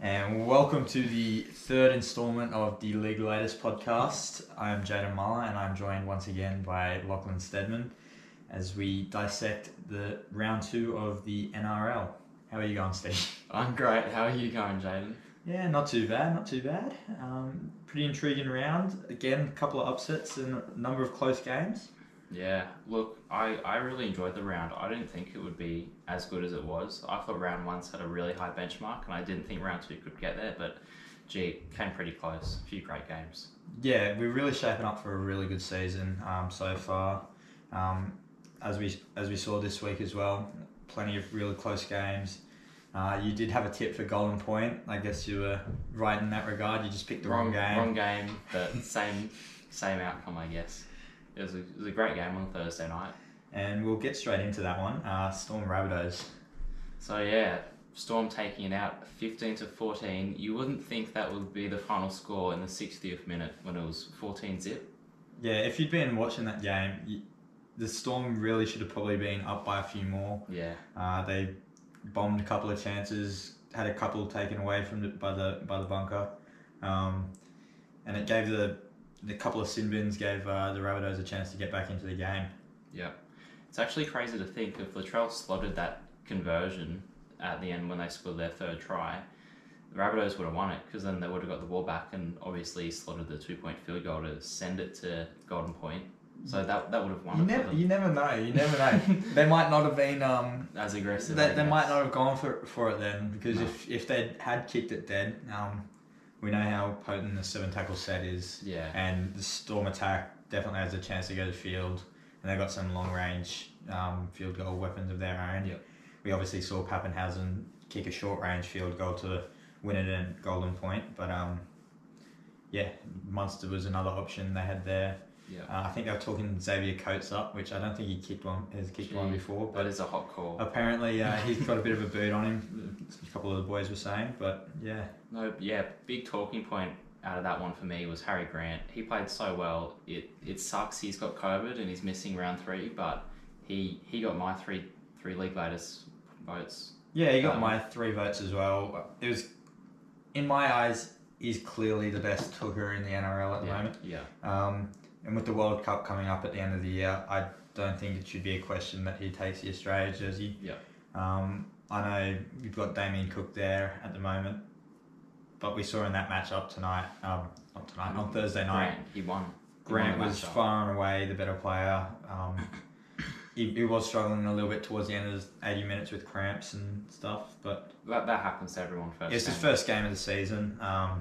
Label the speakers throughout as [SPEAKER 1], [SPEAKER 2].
[SPEAKER 1] And welcome to the third installment of the League Latest podcast. I am Jaden Muller and I'm joined once again by Lachlan Stedman as we dissect the round two of the NRL. How are you going, Steve?
[SPEAKER 2] I'm great. How are you going, Jaden?
[SPEAKER 1] Yeah, not too bad, not too bad. Um, pretty intriguing round. Again, a couple of upsets and a number of close games.
[SPEAKER 2] Yeah, look, I, I really enjoyed the round. I didn't think it would be as good as it was. I thought round one set a really high benchmark, and I didn't think round two could get there, but gee, it came pretty close. A few great games.
[SPEAKER 1] Yeah, we're really shaping up for a really good season um, so far. Um, as we as we saw this week as well, plenty of really close games. Uh, you did have a tip for Golden Point. I guess you were right in that regard. You just picked the wrong, game.
[SPEAKER 2] Wrong game, but same same outcome, I guess. It was, a, it was a great game on Thursday night.
[SPEAKER 1] And we'll get straight into that one. Uh, Storm Rabbitohs.
[SPEAKER 2] So yeah, Storm taking it out 15 to 14. You wouldn't think that would be the final score in the 60th minute when it was 14 zip.
[SPEAKER 1] Yeah, if you'd been watching that game, you, the Storm really should have probably been up by a few more.
[SPEAKER 2] Yeah.
[SPEAKER 1] Uh, they bombed a couple of chances, had a couple taken away from the, by the by the bunker, um, and it gave the the couple of sin bins gave uh, the Rabbitohs a chance to get back into the game.
[SPEAKER 2] It's actually crazy to think if Latrell slotted that conversion at the end when they scored their third try, the Rabbitohs would have won it because then they would have got the ball back and obviously slotted the two point field goal to send it to Golden Point. So that that would have won
[SPEAKER 1] You
[SPEAKER 2] it for
[SPEAKER 1] never,
[SPEAKER 2] them.
[SPEAKER 1] you never know. You never know. they might not have been. Um,
[SPEAKER 2] As
[SPEAKER 1] they,
[SPEAKER 2] aggressive. I
[SPEAKER 1] they might
[SPEAKER 2] guess.
[SPEAKER 1] not have gone for for it then because
[SPEAKER 2] No.
[SPEAKER 1] if if they had kicked it dead, um, we know how potent the seven tackle set is,
[SPEAKER 2] Yeah.
[SPEAKER 1] and the storm attack definitely has a chance to go to field, and they got some long range um, field goal weapons of their own.
[SPEAKER 2] Yep.
[SPEAKER 1] We obviously saw Pappenhausen kick a short range field goal to win it at Golden Point, but um, yeah, Munster was another option they had there.
[SPEAKER 2] Yeah.
[SPEAKER 1] Uh, I think they were talking Xavier Coates up, which I don't think he kicked one has kicked one
[SPEAKER 2] Gee,
[SPEAKER 1] before,
[SPEAKER 2] That
[SPEAKER 1] but
[SPEAKER 2] is a hot call.
[SPEAKER 1] apparently uh, he's got a bit of a boot on him. A couple of the boys were saying, but yeah,
[SPEAKER 2] No, yeah, big talking point out of that one for me was Harry Grant. He played so well. It it sucks he's got COVID and he's missing round three, but he he got my three three league latest votes.
[SPEAKER 1] yeah, he got
[SPEAKER 2] Um,
[SPEAKER 1] my three votes as well. It was, in my eyes, he's clearly the best hooker in the NRL at the
[SPEAKER 2] yeah,
[SPEAKER 1] moment.
[SPEAKER 2] yeah,
[SPEAKER 1] Um, and with the World Cup coming up at the end of the year, I don't think it should be a question that he takes the Australia jersey.
[SPEAKER 2] Yeah.
[SPEAKER 1] Um, I know you've got Damien Cook there at the moment, but we saw in that matchup tonight, um, not tonight, on Thursday night,
[SPEAKER 2] Grant he won. He won
[SPEAKER 1] Grant
[SPEAKER 2] the
[SPEAKER 1] was
[SPEAKER 2] matchup.
[SPEAKER 1] far and away the better player. Um, he, he was struggling a little bit towards the end of the 80 minutes with cramps and stuff, but
[SPEAKER 2] That, that happens to everyone first.
[SPEAKER 1] it's his
[SPEAKER 2] game.
[SPEAKER 1] first game of the season. Um,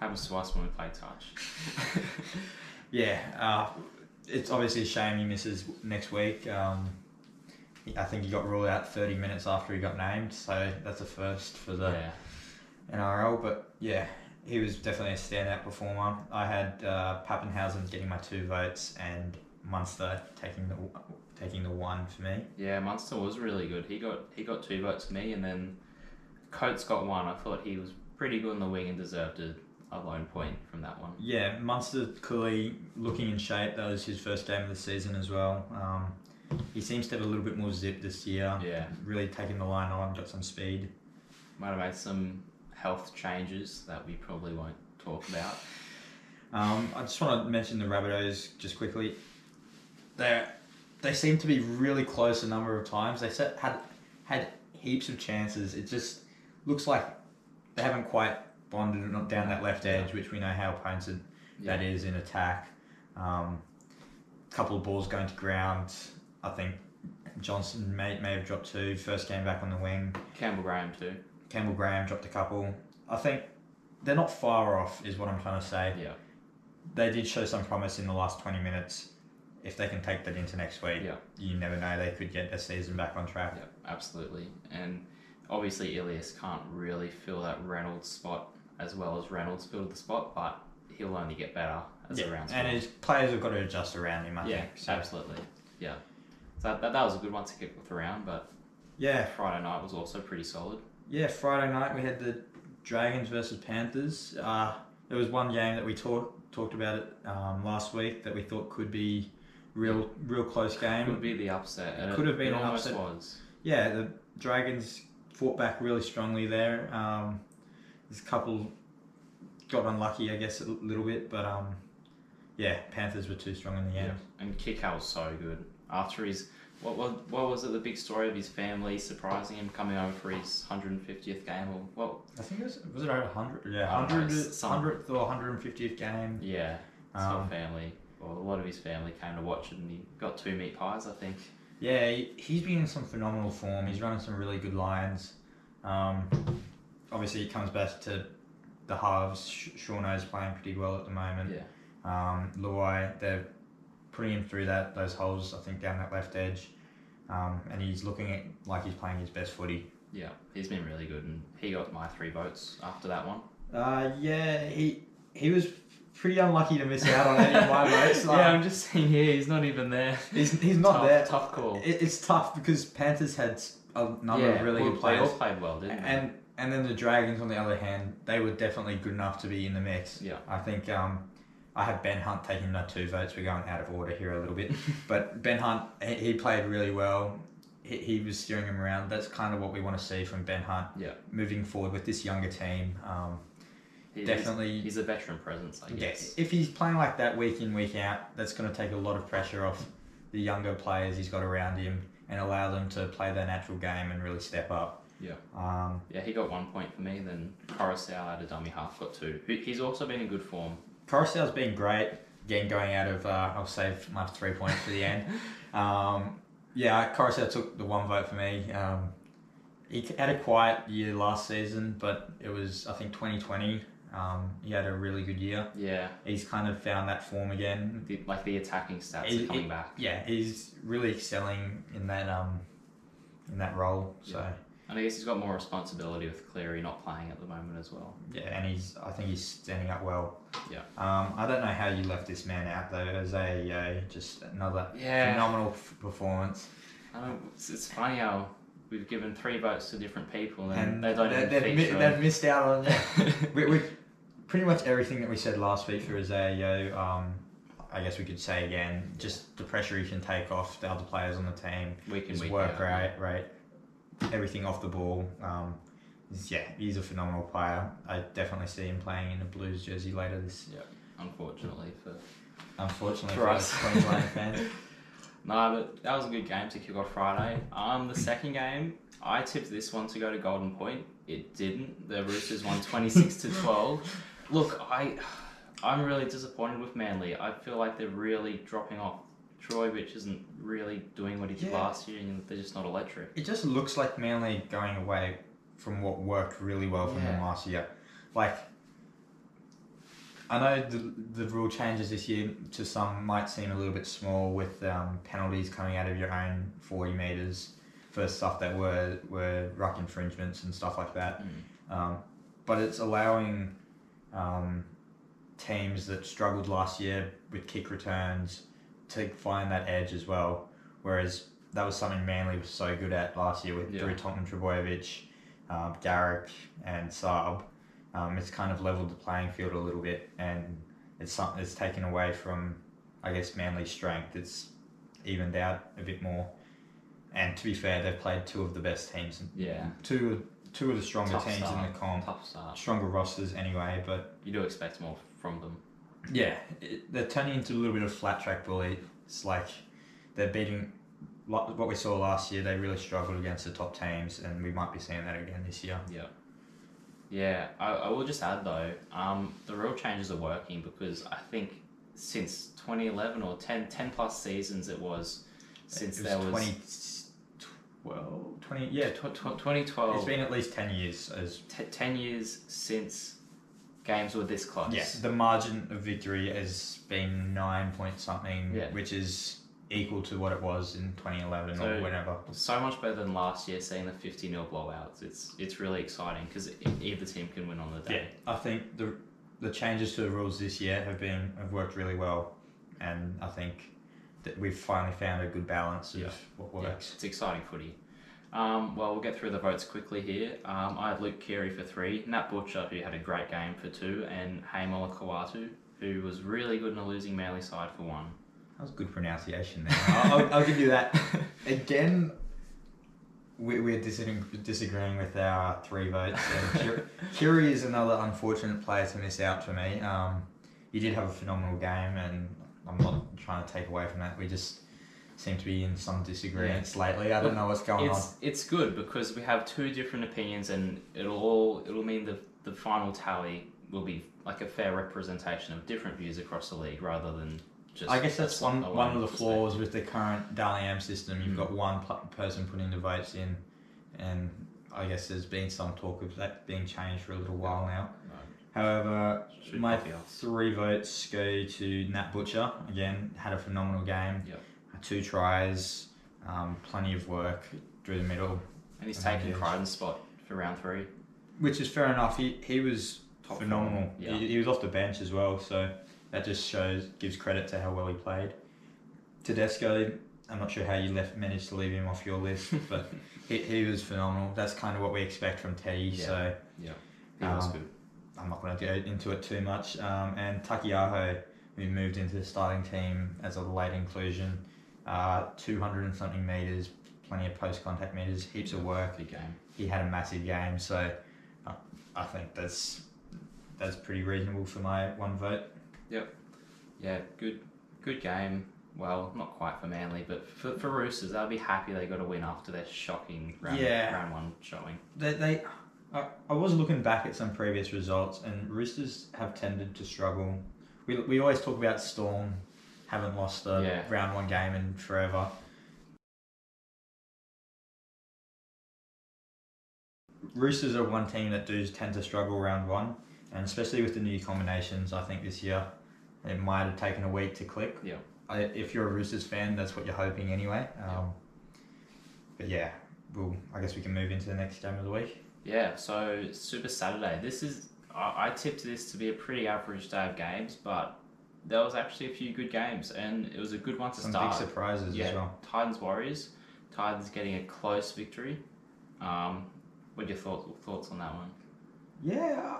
[SPEAKER 2] Happens to us when we play touch.
[SPEAKER 1] Yeah, uh, it's obviously a shame he misses next week. Um, I think he got ruled out 30 minutes after he got named, so that's a first for the
[SPEAKER 2] yeah,
[SPEAKER 1] NRL. But yeah, he was definitely a standout performer. I had uh, Pappenhausen getting my two votes and Munster taking the taking the one for me.
[SPEAKER 2] yeah, Munster was really good. He got he got two votes for me, and then Coates got one. I thought he was pretty good in the wing and deserved a, a lone point from that one.
[SPEAKER 1] Yeah, Munster clearly looking in shape. That was his first game of the season as well. Um, he seems to have a little bit more zip this year.
[SPEAKER 2] Yeah.
[SPEAKER 1] Really taking the line on, got some speed.
[SPEAKER 2] Might have made some health changes that we probably won't talk about.
[SPEAKER 1] Um, I just want to mention the Rabbitohs just quickly. They they seem to be really close a number of times. They set, had had heaps of chances. It just looks like they haven't quite bonded it not down that left edge, which we know how potent that is in attack. Um, couple of balls going to ground. I think Johnson may, may have dropped two. First game back on the wing.
[SPEAKER 2] Campbell Graham too.
[SPEAKER 1] Campbell Graham dropped a couple. I think they're not far off, is what I'm trying to say
[SPEAKER 2] Yeah,
[SPEAKER 1] they did show some promise in the last 20 minutes. If they can take that into next week,
[SPEAKER 2] Yeah.
[SPEAKER 1] you never know. They could get their season back on track.
[SPEAKER 2] yeah, absolutely. And obviously Ilias can't really fill that Reynolds spot as well as Reynolds filled the spot, but he'll only get better as the rounds
[SPEAKER 1] and
[SPEAKER 2] go.
[SPEAKER 1] his players have got to adjust around him, I
[SPEAKER 2] Yeah,
[SPEAKER 1] think. So,
[SPEAKER 2] absolutely. Yeah. So that, that was a good one to kick off the round, but
[SPEAKER 1] yeah,
[SPEAKER 2] Friday night was also pretty solid.
[SPEAKER 1] yeah. Friday night we had the Dragons versus Panthers. Uh, there was one game that we talked talked about it um, last week that we thought could be real real close game.
[SPEAKER 2] Could be the upset. and
[SPEAKER 1] It could have been
[SPEAKER 2] it
[SPEAKER 1] an
[SPEAKER 2] almost
[SPEAKER 1] upset.
[SPEAKER 2] was.
[SPEAKER 1] yeah, the Dragons fought back really strongly there. Um, There's a couple got unlucky, I guess, a l- little bit, but um, yeah, Panthers were too strong in the end.
[SPEAKER 2] And Kikau was so good. After his, what, what, what was it, the big story of his family surprising him coming over for his 150th game? Or, well,
[SPEAKER 1] I think it was was it over hundred? Yeah,
[SPEAKER 2] I don't know,
[SPEAKER 1] hundred
[SPEAKER 2] some-
[SPEAKER 1] hundredth or hundred and fiftieth game.
[SPEAKER 2] yeah, his whole
[SPEAKER 1] Um,
[SPEAKER 2] family, well, a lot of his family came to watch it and he got two meat pies, I think.
[SPEAKER 1] Yeah, he- he's been in some phenomenal form. He's running some really good lines. Um, obviously, it comes back to the halves. Sh- Shauno's playing pretty well at the moment.
[SPEAKER 2] Yeah.
[SPEAKER 1] Um, Luai, they're putting him through that those holes. I think down that left edge, um, and he's looking at like he's playing his best footy.
[SPEAKER 2] Yeah, he's been really good and he got my three votes after that one.
[SPEAKER 1] Uh, yeah, he he was pretty unlucky to miss out on any of my votes. Like,
[SPEAKER 2] yeah, I'm just saying here, he's not even there.
[SPEAKER 1] he's, he's not
[SPEAKER 2] tough,
[SPEAKER 1] there.
[SPEAKER 2] Tough call.
[SPEAKER 1] It, it's tough because Panthers had s- a number of really
[SPEAKER 2] well,
[SPEAKER 1] good
[SPEAKER 2] They
[SPEAKER 1] players,
[SPEAKER 2] all played well, didn't they?
[SPEAKER 1] and and then the Dragons on the other hand, they were definitely good enough to be in the mix.
[SPEAKER 2] Yeah.
[SPEAKER 1] I think um, I have Ben Hunt taking my two votes. We're going out of order here a little bit, but Ben Hunt he, he played really well. He, he was steering them around. That's kind of what we want to see from Ben Hunt.
[SPEAKER 2] Yeah.
[SPEAKER 1] Moving forward with this younger team, um,
[SPEAKER 2] He- he's-
[SPEAKER 1] definitely
[SPEAKER 2] He's, a veteran presence, I
[SPEAKER 1] yeah,
[SPEAKER 2] guess.
[SPEAKER 1] if he's playing like that week in week out, that's going to take a lot of pressure off the younger players he's got around him and allow them to play their natural game and really step up.
[SPEAKER 2] Yeah.
[SPEAKER 1] Um,
[SPEAKER 2] Yeah, he got one point for me. Then Coruscant at a dummy half got two. He- He's also been in good form.
[SPEAKER 1] Coruscant's been great. Again, going out of, uh, I'll save my three points for the end. Um, yeah, Coruscant took the one vote for me. Um, he had a quiet year last season, but it was I think 2020. Um, he had a really good year.
[SPEAKER 2] yeah,
[SPEAKER 1] He's kind of found that form again.
[SPEAKER 2] the, like the attacking stats
[SPEAKER 1] It-
[SPEAKER 2] are coming
[SPEAKER 1] it-
[SPEAKER 2] back.
[SPEAKER 1] yeah, he's really excelling in that um in that role. So
[SPEAKER 2] And I guess he's got more responsibility with Cleary not playing at the moment as well.
[SPEAKER 1] yeah, and he's I think he's standing up well.
[SPEAKER 2] Yeah.
[SPEAKER 1] Um, I don't know how you left this man out though, as a just another
[SPEAKER 2] Yeah.
[SPEAKER 1] phenomenal f- performance.
[SPEAKER 2] I don't, it's, it's funny how we've given three votes to different people
[SPEAKER 1] And
[SPEAKER 2] and, they don't even
[SPEAKER 1] they, have
[SPEAKER 2] feature. him.
[SPEAKER 1] missed out on we, we, pretty much everything that we said last week for Isaiah. Um, I guess we could say again, just the pressure he can take off the other players on the team.
[SPEAKER 2] week in,
[SPEAKER 1] his
[SPEAKER 2] week
[SPEAKER 1] work
[SPEAKER 2] out.
[SPEAKER 1] right, right, everything off the ball. Um, he's- yeah, he's a phenomenal player. I definitely see him playing in a Blues jersey later this.
[SPEAKER 2] Unfortunately for
[SPEAKER 1] Unfortunately
[SPEAKER 2] For
[SPEAKER 1] for,
[SPEAKER 2] us.
[SPEAKER 1] us Queensland fans.
[SPEAKER 2] No, but that was a good game to kick off Friday. Um, the second game, I tipped this one to go to Golden Point. It didn't. The Roosters won twenty six to twelve. Look, I, I'm really disappointed with Manly. I feel like they're really dropping off. Troy, which isn't really doing what he did
[SPEAKER 1] Yeah.
[SPEAKER 2] last year, and they're just not electric.
[SPEAKER 1] It just looks like Manly going away from what worked really well from them
[SPEAKER 2] Yeah.
[SPEAKER 1] last year. Like, I know the, the rule changes this year to some might seem a little bit small with um, penalties coming out of your own 40 metres for stuff that were, were ruck infringements and stuff like that.
[SPEAKER 2] Mm.
[SPEAKER 1] Um, but it's allowing um, teams that struggled last year with kick returns to find that edge as well. Whereas that was something Manly was so good at last year with
[SPEAKER 2] Yeah.
[SPEAKER 1] through Tonkin Trebojevic, um, Garrick, and Saab. Um, it's kind of leveled the playing field a little bit, and it's something it's taken away from, I guess, Manly's strength. It's evened out a bit more. And to be fair, they've played two of the best teams
[SPEAKER 2] Yeah,
[SPEAKER 1] two two of the stronger
[SPEAKER 2] Tough
[SPEAKER 1] teams
[SPEAKER 2] start.
[SPEAKER 1] in the comp,
[SPEAKER 2] tough start.
[SPEAKER 1] stronger rosters anyway. But
[SPEAKER 2] You do expect more from them.
[SPEAKER 1] yeah, it, they're turning into a little bit of flat track bully. It's like they're beating lo- what we saw last year. They really struggled against the top teams, and we might be seeing that again this year.
[SPEAKER 2] Yeah. Yeah, I, I will just add though, um, the real changes are working because I think since 2011 or 10, 10 plus seasons it was, since
[SPEAKER 1] it
[SPEAKER 2] there
[SPEAKER 1] was
[SPEAKER 2] was.
[SPEAKER 1] 2012, 20 yeah,
[SPEAKER 2] yeah, tw- tw- 2012.
[SPEAKER 1] it's been at least ten years as.
[SPEAKER 2] t- 10 years since games were this close.
[SPEAKER 1] Yeah, the margin of victory has been nine point something,
[SPEAKER 2] Yeah.
[SPEAKER 1] which is equal to what it was in 2011
[SPEAKER 2] So-
[SPEAKER 1] or whenever.
[SPEAKER 2] So much better than last year seeing the 50 nil blowouts. It's it's really exciting because either team can win on the
[SPEAKER 1] Yeah,
[SPEAKER 2] day.
[SPEAKER 1] I think the the changes to the rules this year have been have worked really well, and I think that we've finally found a good balance of
[SPEAKER 2] Yeah.
[SPEAKER 1] what
[SPEAKER 2] Yeah,
[SPEAKER 1] works.
[SPEAKER 2] it's exciting footy. Um, well, we'll get through the votes quickly here. Um, I had Luke Keary for three, Nat Butcher, who had a great game for two, and Hamola Kawatu, who was really good in a losing Manly side for one.
[SPEAKER 1] That was good pronunciation there. I'll, I'll, I'll give you that. Again, we, we're disagreeing, disagreeing with our three votes. And Kiri, Kiri is another unfortunate player to miss out for me. Um, you did have a phenomenal game, and I'm not trying to take away from that. We just seem to be in some disagreements lately. I don't know what's going on.
[SPEAKER 2] it's it's good because we have two different opinions, and it'll all it'll mean the the final tally will be like a fair representation of different views across the league, rather than just.
[SPEAKER 1] I guess that's
[SPEAKER 2] a
[SPEAKER 1] one,
[SPEAKER 2] slight
[SPEAKER 1] one of the
[SPEAKER 2] perspective.
[SPEAKER 1] flaws with the current Dali Am system. You've
[SPEAKER 2] Mm.
[SPEAKER 1] got one pl- person putting the votes in, and I guess there's been some talk of that being changed for a little while now. However,
[SPEAKER 2] Should
[SPEAKER 1] my
[SPEAKER 2] copy us.
[SPEAKER 1] three votes go to Nat Butcher. Again, had a phenomenal game.
[SPEAKER 2] Yep.
[SPEAKER 1] Two tries, um, plenty of work through the middle,
[SPEAKER 2] and he's
[SPEAKER 1] I mean,
[SPEAKER 2] taken
[SPEAKER 1] yes.
[SPEAKER 2] Crichton's spot for round three.
[SPEAKER 1] which is fair enough. He, he was
[SPEAKER 2] Top
[SPEAKER 1] phenomenal.
[SPEAKER 2] form, yeah.
[SPEAKER 1] He, he was off the bench as well, so that just shows gives credit to how well he played. Tedesco, I'm not sure how you left managed to leave him off your list, but he, he was phenomenal. That's kind of what we expect from Teddy.
[SPEAKER 2] Yeah.
[SPEAKER 1] So
[SPEAKER 2] He was
[SPEAKER 1] Um,
[SPEAKER 2] good.
[SPEAKER 1] I'm not going to go into it too much. Um, and Takiyaho, who moved into the starting team as a late inclusion, uh, 200 and something meters, plenty of post contact meters, heaps of work.
[SPEAKER 2] Good game.
[SPEAKER 1] He had a massive game, so I- I think that's that's pretty reasonable for my one vote.
[SPEAKER 2] Yeah, good, good game. Well, not quite for Manly, but for, for Roosters, they'll be happy they got a win after their shocking round,
[SPEAKER 1] Yeah.
[SPEAKER 2] round one showing.
[SPEAKER 1] They, they I, I was looking back at some previous results, and Roosters have tended to struggle. We, we always talk about Storm haven't lost a
[SPEAKER 2] Yeah.
[SPEAKER 1] round one game in forever. Roosters are one team that do tend to struggle round one, and especially with the new combinations, I think this year it might have taken a week to click.
[SPEAKER 2] Yeah.
[SPEAKER 1] I, if you're a Roosters fan, that's what you're hoping anyway. Um, But yeah, well, I guess we can move into the next game of the week.
[SPEAKER 2] Yeah, so Super Saturday. This is I, I tipped this to be a pretty average day of games, but there was actually a few good games, and it was a good one to
[SPEAKER 1] Some
[SPEAKER 2] start.
[SPEAKER 1] big surprises
[SPEAKER 2] yeah,
[SPEAKER 1] as well.
[SPEAKER 2] Titans Warriors. Titans getting a close victory. Um, what are your thoughts thoughts on that one?
[SPEAKER 1] Yeah,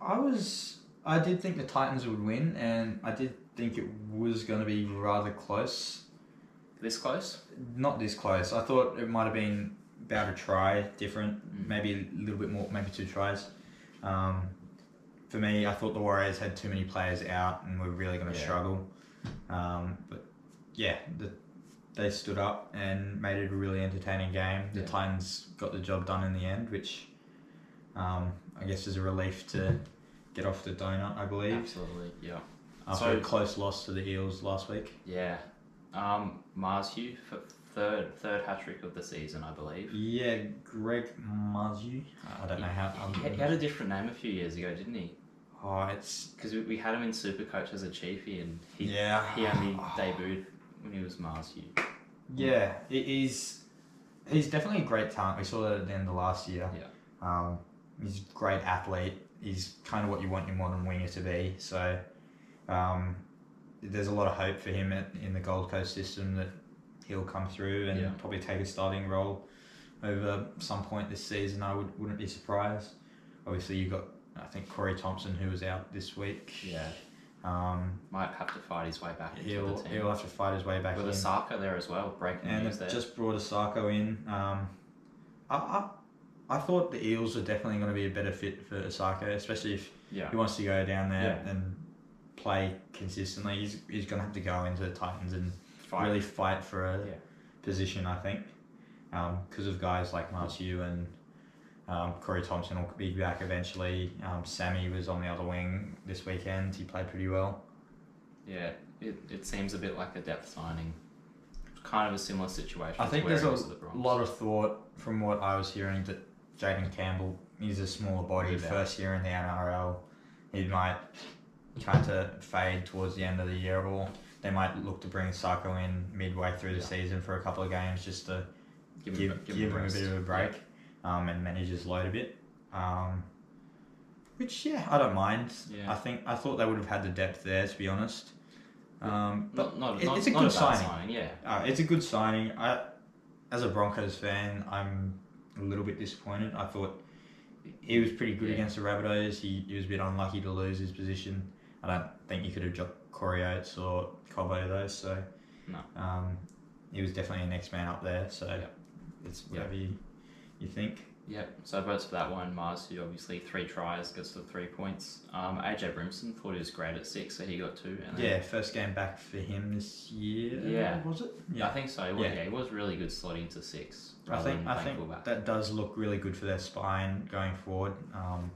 [SPEAKER 1] I was. I did think the Titans would win, and I did think it was going to be rather close.
[SPEAKER 2] This close?
[SPEAKER 1] Not this close. I thought it might have been about a try different,
[SPEAKER 2] Mm.
[SPEAKER 1] maybe a little bit more, maybe two tries. Um, for me, I thought the Warriors had too many players out and were really going to
[SPEAKER 2] Yeah.
[SPEAKER 1] struggle. Um, but yeah, the, they stood up and made it a really entertaining game. The
[SPEAKER 2] Yeah.
[SPEAKER 1] Titans got the job done in the end, which um, I guess is a relief to get off the donut, I believe,
[SPEAKER 2] Absolutely. Yeah.
[SPEAKER 1] after
[SPEAKER 2] So-
[SPEAKER 1] a close loss to the Eels last week.
[SPEAKER 2] Yeah. Um, Mars Hugh for third third hat trick of the season, I believe.
[SPEAKER 1] Yeah, Greg Mazu. I don't know how. um,
[SPEAKER 2] He, he had a different name a few years ago, didn't he?
[SPEAKER 1] oh, it's
[SPEAKER 2] Because we, we had him in Supercoach as a chiefy, and he
[SPEAKER 1] yeah.
[SPEAKER 2] He only debuted when he was Mars Hugh.
[SPEAKER 1] Yeah, he- he's he's definitely a great talent. We saw that at the end of last year.
[SPEAKER 2] Yeah.
[SPEAKER 1] Um, he's a great athlete. He's kind of what you want your modern winger to be. So, um, there's a lot of hope for him at, in the Gold Coast system that he'll come through and
[SPEAKER 2] Yeah.
[SPEAKER 1] probably take a starting role over some point this season. I would, wouldn't be surprised. Obviously, you've got, I think, Corey Thompson, who was out this week.
[SPEAKER 2] Yeah.
[SPEAKER 1] Um,
[SPEAKER 2] Might have to fight his way back into
[SPEAKER 1] he'll,
[SPEAKER 2] the team.
[SPEAKER 1] he'll have to fight his way back
[SPEAKER 2] With
[SPEAKER 1] in.
[SPEAKER 2] Osaka there as well, breaking
[SPEAKER 1] And
[SPEAKER 2] news there.
[SPEAKER 1] they've just brought Osako in. Um, I, I, I thought the Eels are definitely going to be a better fit for Osako, especially if
[SPEAKER 2] yeah.
[SPEAKER 1] he wants to go down there and play consistently. He's, he's going to have to go into the Titans and
[SPEAKER 2] Fight.
[SPEAKER 1] really fight for a
[SPEAKER 2] Yeah.
[SPEAKER 1] position, I think, because of guys like Marsu and um, Corey Thompson will be back eventually. Um, Sammy was on the other wing this weekend. He played pretty well.
[SPEAKER 2] Yeah. It, it seems a bit like a depth signing. Kind of a similar situation.
[SPEAKER 1] I
[SPEAKER 2] to
[SPEAKER 1] think
[SPEAKER 2] where
[SPEAKER 1] there's
[SPEAKER 2] it
[SPEAKER 1] a
[SPEAKER 2] was at the Bronx.
[SPEAKER 1] A lot of thought from what I was hearing that Jaden Campbell is a smaller body.
[SPEAKER 2] Yeah.
[SPEAKER 1] First year in the NRL, he might kind of fade towards the end of the year, or they might look to bring Sako in midway through the
[SPEAKER 2] Yeah.
[SPEAKER 1] season for a couple of games just to
[SPEAKER 2] Give him,
[SPEAKER 1] give,
[SPEAKER 2] give
[SPEAKER 1] give,
[SPEAKER 2] him a
[SPEAKER 1] him a
[SPEAKER 2] rest.
[SPEAKER 1] bit of a break um, and manage his load a bit. Um, which yeah, I don't mind.
[SPEAKER 2] Yeah.
[SPEAKER 1] I think I thought they would have had the depth there to be honest. Um, but
[SPEAKER 2] Not, not,
[SPEAKER 1] it-
[SPEAKER 2] not,
[SPEAKER 1] it's a
[SPEAKER 2] not
[SPEAKER 1] good
[SPEAKER 2] a bad
[SPEAKER 1] signing.
[SPEAKER 2] signing. Yeah.
[SPEAKER 1] uh, it's a good signing. I, as a Broncos fan, I'm a little bit disappointed. I thought he was pretty good
[SPEAKER 2] Yeah.
[SPEAKER 1] against the Rabbitohs. He, he was a bit unlucky to lose his position. I don't think you could have dropped Corey Oates or Cobo though. So
[SPEAKER 2] No.
[SPEAKER 1] um, he was definitely a next man up there. So
[SPEAKER 2] Yeah.
[SPEAKER 1] it's
[SPEAKER 2] Yeah.
[SPEAKER 1] whatever you You think?
[SPEAKER 2] Yep, so votes for that one. Mars, who obviously three tries, gets the three points. Um, AJ Brimson thought he was great at six, so he got two. And then-
[SPEAKER 1] Yeah, first game back for him this year.
[SPEAKER 2] Yeah.
[SPEAKER 1] was it?
[SPEAKER 2] I think so. Well,
[SPEAKER 1] Yeah.
[SPEAKER 2] yeah. he was really good slotting to six
[SPEAKER 1] I
[SPEAKER 2] rather
[SPEAKER 1] think
[SPEAKER 2] than
[SPEAKER 1] I
[SPEAKER 2] playing
[SPEAKER 1] think
[SPEAKER 2] fullback.
[SPEAKER 1] that does look really good for their spine going forward. Um,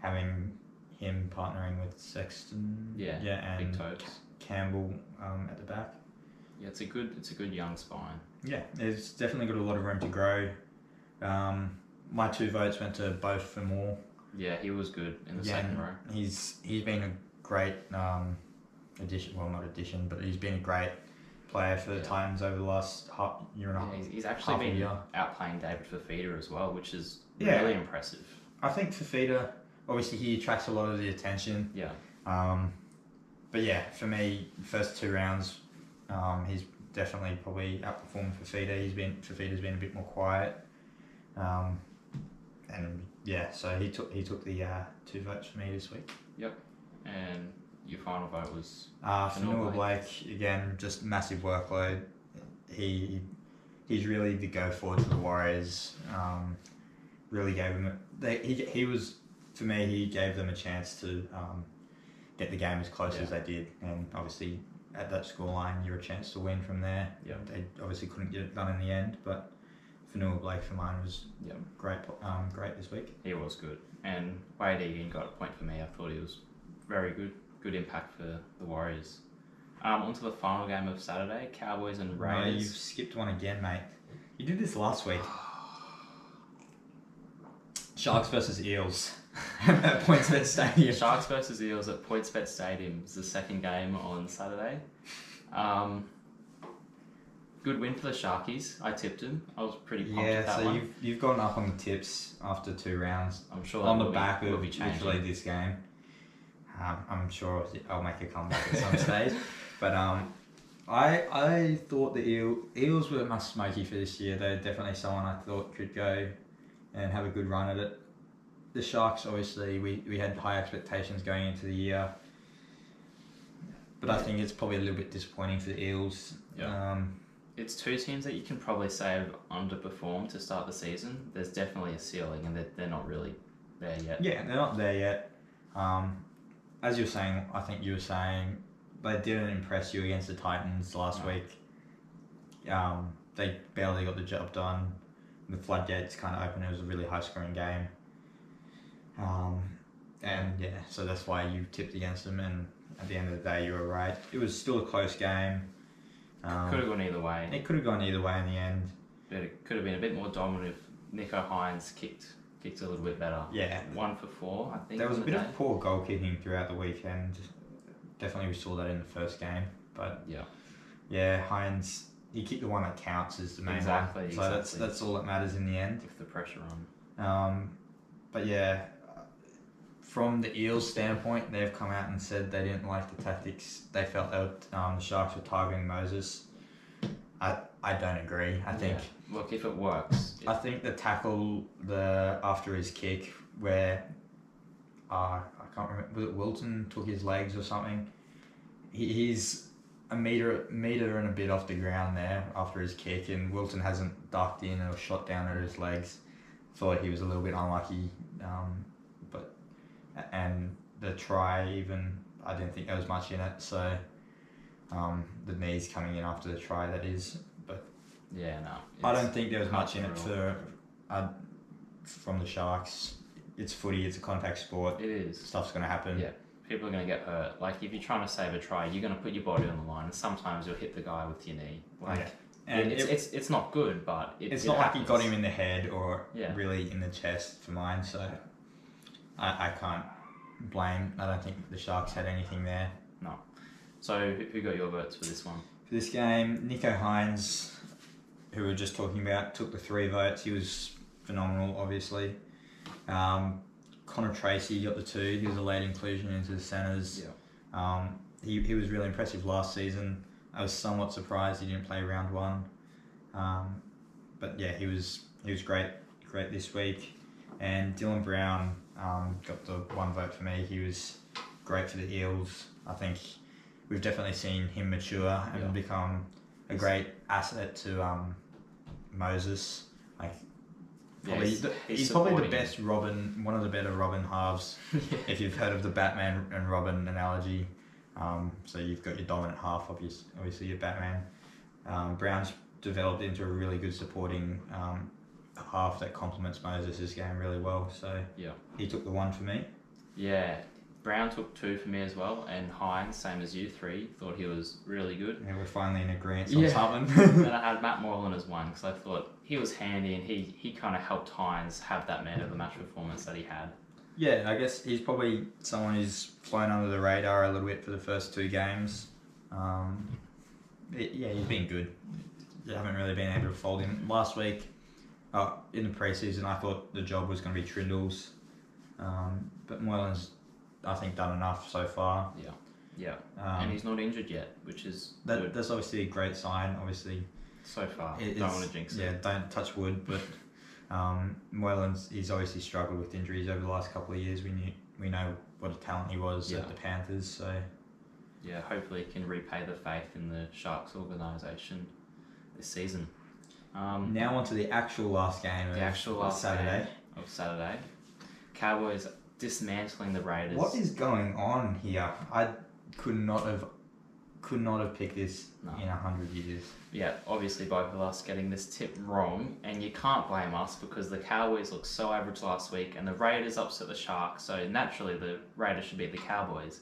[SPEAKER 1] having him partnering with Sexton,
[SPEAKER 2] Yeah,
[SPEAKER 1] yeah,
[SPEAKER 2] Big
[SPEAKER 1] and
[SPEAKER 2] toes.
[SPEAKER 1] Campbell um, at the back.
[SPEAKER 2] Yeah, it's a good, it's a good young spine.
[SPEAKER 1] Yeah, it's definitely got a lot of room to grow. Um, my two votes went to both for Moore.
[SPEAKER 2] Yeah, he was good in the
[SPEAKER 1] Yeah,
[SPEAKER 2] second row.
[SPEAKER 1] He's he's been a great um, addition. Well, not addition, but he's been a great player for the
[SPEAKER 2] Yeah.
[SPEAKER 1] Titans over the last half year and a half.
[SPEAKER 2] Yeah, he's, he's actually
[SPEAKER 1] half a
[SPEAKER 2] been
[SPEAKER 1] year.
[SPEAKER 2] outplaying David Fafita as well, which is
[SPEAKER 1] Yeah.
[SPEAKER 2] really impressive.
[SPEAKER 1] I think Fafita, obviously, he attracts a lot of the attention.
[SPEAKER 2] Yeah,
[SPEAKER 1] Um, but yeah, for me, first two rounds, um, he's definitely probably outperformed Fafita. He's been Fafita's been a bit more quiet, um, and yeah, so he took he took the uh, two votes for me this week.
[SPEAKER 2] and your final vote was
[SPEAKER 1] Uh, for
[SPEAKER 2] For Noah
[SPEAKER 1] Noah Blake. again, just massive workload. He he's really the go forward to the Warriors. Um, really gave him a, they, he he was for me he gave them a chance to um, get the game as close
[SPEAKER 2] Yeah.
[SPEAKER 1] as they did, and obviously at that scoreline you're a chance to win from there.
[SPEAKER 2] Yeah.
[SPEAKER 1] they obviously couldn't get it done in the end, but for Noah Blake for mine was
[SPEAKER 2] Yeah.
[SPEAKER 1] great po- um, great this week.
[SPEAKER 2] he was good, and Wade Egan got a point for me. I thought he was very good, good impact for the Warriors. Um, onto the final game of Saturday, Cowboys and
[SPEAKER 1] Right, you've
[SPEAKER 2] Raiders.
[SPEAKER 1] skipped one again, mate. You did this last week. Sharks versus Eels at Poinsett Stadium.
[SPEAKER 2] Sharks versus Eels at PointsBet Stadium is the second game on Saturday. Um, good win for the Sharkies. I tipped him. I was pretty pumped with
[SPEAKER 1] Yeah,
[SPEAKER 2] that
[SPEAKER 1] so
[SPEAKER 2] one.
[SPEAKER 1] you've you've gone up on the tips after two rounds
[SPEAKER 2] I'm sure
[SPEAKER 1] on
[SPEAKER 2] that
[SPEAKER 1] the
[SPEAKER 2] will
[SPEAKER 1] back
[SPEAKER 2] be, will
[SPEAKER 1] of
[SPEAKER 2] be changing.
[SPEAKER 1] literally this game. Um, I'm sure I'll make a comeback at some stage, but um, I I thought the Eel, Eels were my smoky for this year. They're definitely someone I thought could go and have a good run at it. The Sharks, obviously, we, we had high expectations going into the year, but I think it's probably a little bit disappointing for the Eels.
[SPEAKER 2] Yeah.
[SPEAKER 1] Um,
[SPEAKER 2] It's two teams that you can probably say have underperformed to start the season. There's definitely a ceiling, and they're, they're not really there yet.
[SPEAKER 1] Yeah, they're not there yet. Um, as you were saying, I think you were saying they didn't impress you against the Titans last
[SPEAKER 2] No.
[SPEAKER 1] week. Um, they barely got the job done. The floodgates kind of opened. It was a really high scoring game. Um, and yeah, so that's why you tipped against them. And at the end of the day, you were right. It was still a close game.
[SPEAKER 2] Could
[SPEAKER 1] Um,
[SPEAKER 2] have gone either way.
[SPEAKER 1] it could have gone either way in the end.
[SPEAKER 2] but it could have been a bit more dominant if Nico Hines kicked kicked a little bit better.
[SPEAKER 1] Yeah,
[SPEAKER 2] One for four, I think.
[SPEAKER 1] There was
[SPEAKER 2] on
[SPEAKER 1] a
[SPEAKER 2] the
[SPEAKER 1] bit
[SPEAKER 2] day.
[SPEAKER 1] of poor goal kicking throughout the weekend. Definitely, we saw that in the first game. But
[SPEAKER 2] Yeah.
[SPEAKER 1] yeah, Hines he kicked the one that counts is the main
[SPEAKER 2] Exactly,
[SPEAKER 1] one. So that's
[SPEAKER 2] exactly.
[SPEAKER 1] that's all that matters in the end.
[SPEAKER 2] with the pressure on.
[SPEAKER 1] Um, but yeah, from the Eels standpoint, they've come out and said they didn't like the tactics. They felt that um, the Sharks were targeting Moses. I I don't agree. I think
[SPEAKER 2] Yeah. Look, if it works, it-
[SPEAKER 1] I think the tackle the after his kick where uh, I can't remember was it Wilton took his legs or something. He, he's a meter meter and a bit off the ground there after his kick, and Wilton hasn't ducked in or shot down at his legs. Thought he was a little bit unlucky, um, but and the try even I didn't think there was much in it. So um, the knees coming in after the try that is, but
[SPEAKER 2] yeah, no.
[SPEAKER 1] I
[SPEAKER 2] it's-
[SPEAKER 1] don't think there was
[SPEAKER 2] hard
[SPEAKER 1] much in it
[SPEAKER 2] to
[SPEAKER 1] for uh, from the Sharks. It's footy. It's a contact sport.
[SPEAKER 2] It is.
[SPEAKER 1] Stuff's gonna happen.
[SPEAKER 2] Yeah. People are going to get hurt. Like, if you're trying to save a try, you're going to put your body on the line, and sometimes you'll hit the guy with your knee. Like,
[SPEAKER 1] Yeah. And
[SPEAKER 2] it's,
[SPEAKER 1] it-
[SPEAKER 2] it's, it's not good, but it,
[SPEAKER 1] it's
[SPEAKER 2] it
[SPEAKER 1] not
[SPEAKER 2] happens.
[SPEAKER 1] like he got him in the head or
[SPEAKER 2] Yeah.
[SPEAKER 1] really in the chest for mine. So I, I can't blame. I don't think the Sharks had anything there
[SPEAKER 2] So, who, who got your votes for this one?
[SPEAKER 1] for this game. Nico Hines, who we were just talking about, took the three votes. He was phenomenal, obviously. Um, Connor Tracy got the two. He was a late inclusion into the centres. Um, he, he was really impressive last season. I was somewhat surprised he didn't play round one, um, but yeah, he was he was great great this week. And Dylan Brown um, got the one vote for me. He was great for the Eels. I think we've definitely seen him mature and
[SPEAKER 2] Yeah.
[SPEAKER 1] become a
[SPEAKER 2] He's-
[SPEAKER 1] great asset to um, Moses. Like Probably,
[SPEAKER 2] he's-
[SPEAKER 1] the-
[SPEAKER 2] he's
[SPEAKER 1] he's, probably the
[SPEAKER 2] supporting.
[SPEAKER 1] best Robin, one of the better Robin halves.
[SPEAKER 2] yeah.
[SPEAKER 1] If you've heard of the Batman and Robin analogy, um, so you've got your dominant half, obviously, obviously your Batman. Um, Brown's developed into a really good supporting um, half that complements Moses' game really well. So
[SPEAKER 2] Yeah.
[SPEAKER 1] he took the one for me.
[SPEAKER 2] Yeah. Brown took two for me as well, and Hines, same as you, three. Thought he was really good.
[SPEAKER 1] Yeah, we're finally in agreement
[SPEAKER 2] Yeah.
[SPEAKER 1] on
[SPEAKER 2] then
[SPEAKER 1] something.
[SPEAKER 2] I had Matt Moreland as one because I thought he was handy and he, he kind of helped Hines have that man of the match performance that he had.
[SPEAKER 1] yeah, I guess he's probably someone who's flown under the radar a little bit for the first two games. Um, it- yeah, he's been good. I haven't really been able to fold him. Last week, uh, in the preseason, I thought the job was going to be Trindle's, um, but Moylan's, I think, done enough so far.
[SPEAKER 2] Yeah. Yeah. and
[SPEAKER 1] Um,
[SPEAKER 2] he's not injured yet, which is
[SPEAKER 1] that,
[SPEAKER 2] good
[SPEAKER 1] that's obviously a great sign. Obviously,
[SPEAKER 2] so far.
[SPEAKER 1] It
[SPEAKER 2] Don't
[SPEAKER 1] is-
[SPEAKER 2] want to jinx
[SPEAKER 1] yeah,
[SPEAKER 2] it.
[SPEAKER 1] don't touch wood. But um, Moylan's he's obviously struggled with injuries over the last couple of years. We knew we know what a talent he was
[SPEAKER 2] Yeah.
[SPEAKER 1] at the Panthers. So
[SPEAKER 2] Yeah, hopefully he can repay the faith in the Sharks organisation this season. Um,
[SPEAKER 1] now on to the actual last game.
[SPEAKER 2] the
[SPEAKER 1] of
[SPEAKER 2] actual last
[SPEAKER 1] Saturday.
[SPEAKER 2] game of Saturday, Cowboys dismantling the Raiders.
[SPEAKER 1] What is going on here? I could not have could not have picked this
[SPEAKER 2] No.
[SPEAKER 1] in a hundred years.
[SPEAKER 2] Yeah, obviously both of us getting this tip wrong, and you can't blame us because the Cowboys looked so average last week, and the Raiders upset the Sharks, so naturally the Raiders should beat the Cowboys,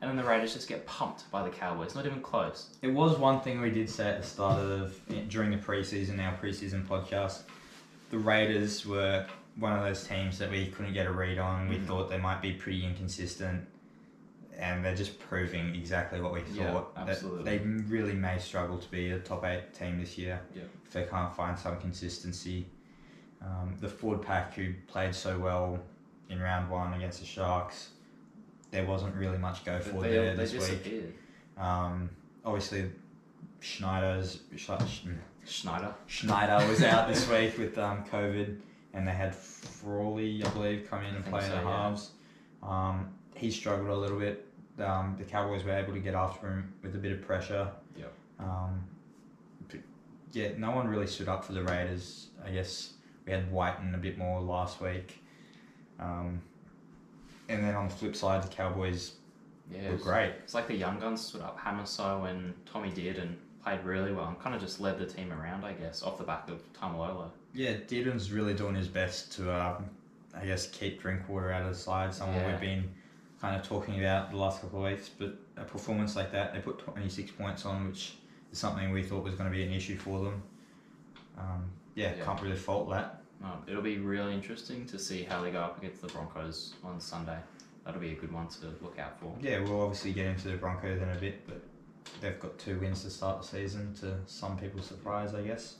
[SPEAKER 2] and then the Raiders just get pumped by the Cowboys, not even close.
[SPEAKER 1] It was one thing we did say at the start of during the preseason, our preseason podcast. The Raiders were one of those teams that we couldn't get a read on. We
[SPEAKER 2] Mhm.
[SPEAKER 1] thought they might be pretty inconsistent, and they're just proving exactly what we thought.
[SPEAKER 2] Yeah,
[SPEAKER 1] that
[SPEAKER 2] absolutely.
[SPEAKER 1] They really may struggle to be a top eight team this year
[SPEAKER 2] Yeah.
[SPEAKER 1] if they can't find some consistency. Um, the Ford pack, who played so well in round one against the Sharks, there wasn't really much go for
[SPEAKER 2] they,
[SPEAKER 1] there
[SPEAKER 2] they
[SPEAKER 1] this week.
[SPEAKER 2] disappeared.
[SPEAKER 1] Um, obviously, Schneider's Sch- mm,
[SPEAKER 2] Schneider.
[SPEAKER 1] Schneider was out this week with um, COVID, and they had Frawley, I believe, come in
[SPEAKER 2] I
[SPEAKER 1] and
[SPEAKER 2] think
[SPEAKER 1] play in
[SPEAKER 2] so,
[SPEAKER 1] the
[SPEAKER 2] yeah.
[SPEAKER 1] halves. Um, he struggled a little bit. Um, the Cowboys were able to get after him with a bit of pressure.
[SPEAKER 2] Yep.
[SPEAKER 1] Um, but yeah, no one really stood up for the Raiders. I guess we had Whiten a bit more last week. Um, and then on the flip side, the Cowboys
[SPEAKER 2] Yeah,
[SPEAKER 1] were
[SPEAKER 2] it's-
[SPEAKER 1] great.
[SPEAKER 2] It's like the young guns stood up. Hamaso and Tommy did and played really well and kind of just led the team around, I guess, off the back of Tamalolo.
[SPEAKER 1] Yeah, Dearden's really doing his best to, um, I guess, keep Drinkwater out of the side. Someone
[SPEAKER 2] Yeah.
[SPEAKER 1] we've been kind of talking about the last couple of weeks, but a performance like that, they put 26 points on, which is something we thought was going to be an issue for them. Um, yeah,
[SPEAKER 2] Yeah.
[SPEAKER 1] can't really fault that.
[SPEAKER 2] Um, it'll be really interesting to see how they go up against the Broncos on Sunday. That'll be a good one to look out for.
[SPEAKER 1] Yeah, we'll obviously get into the Broncos in a bit, but they've got two wins to start the season, to some people's surprise, I guess.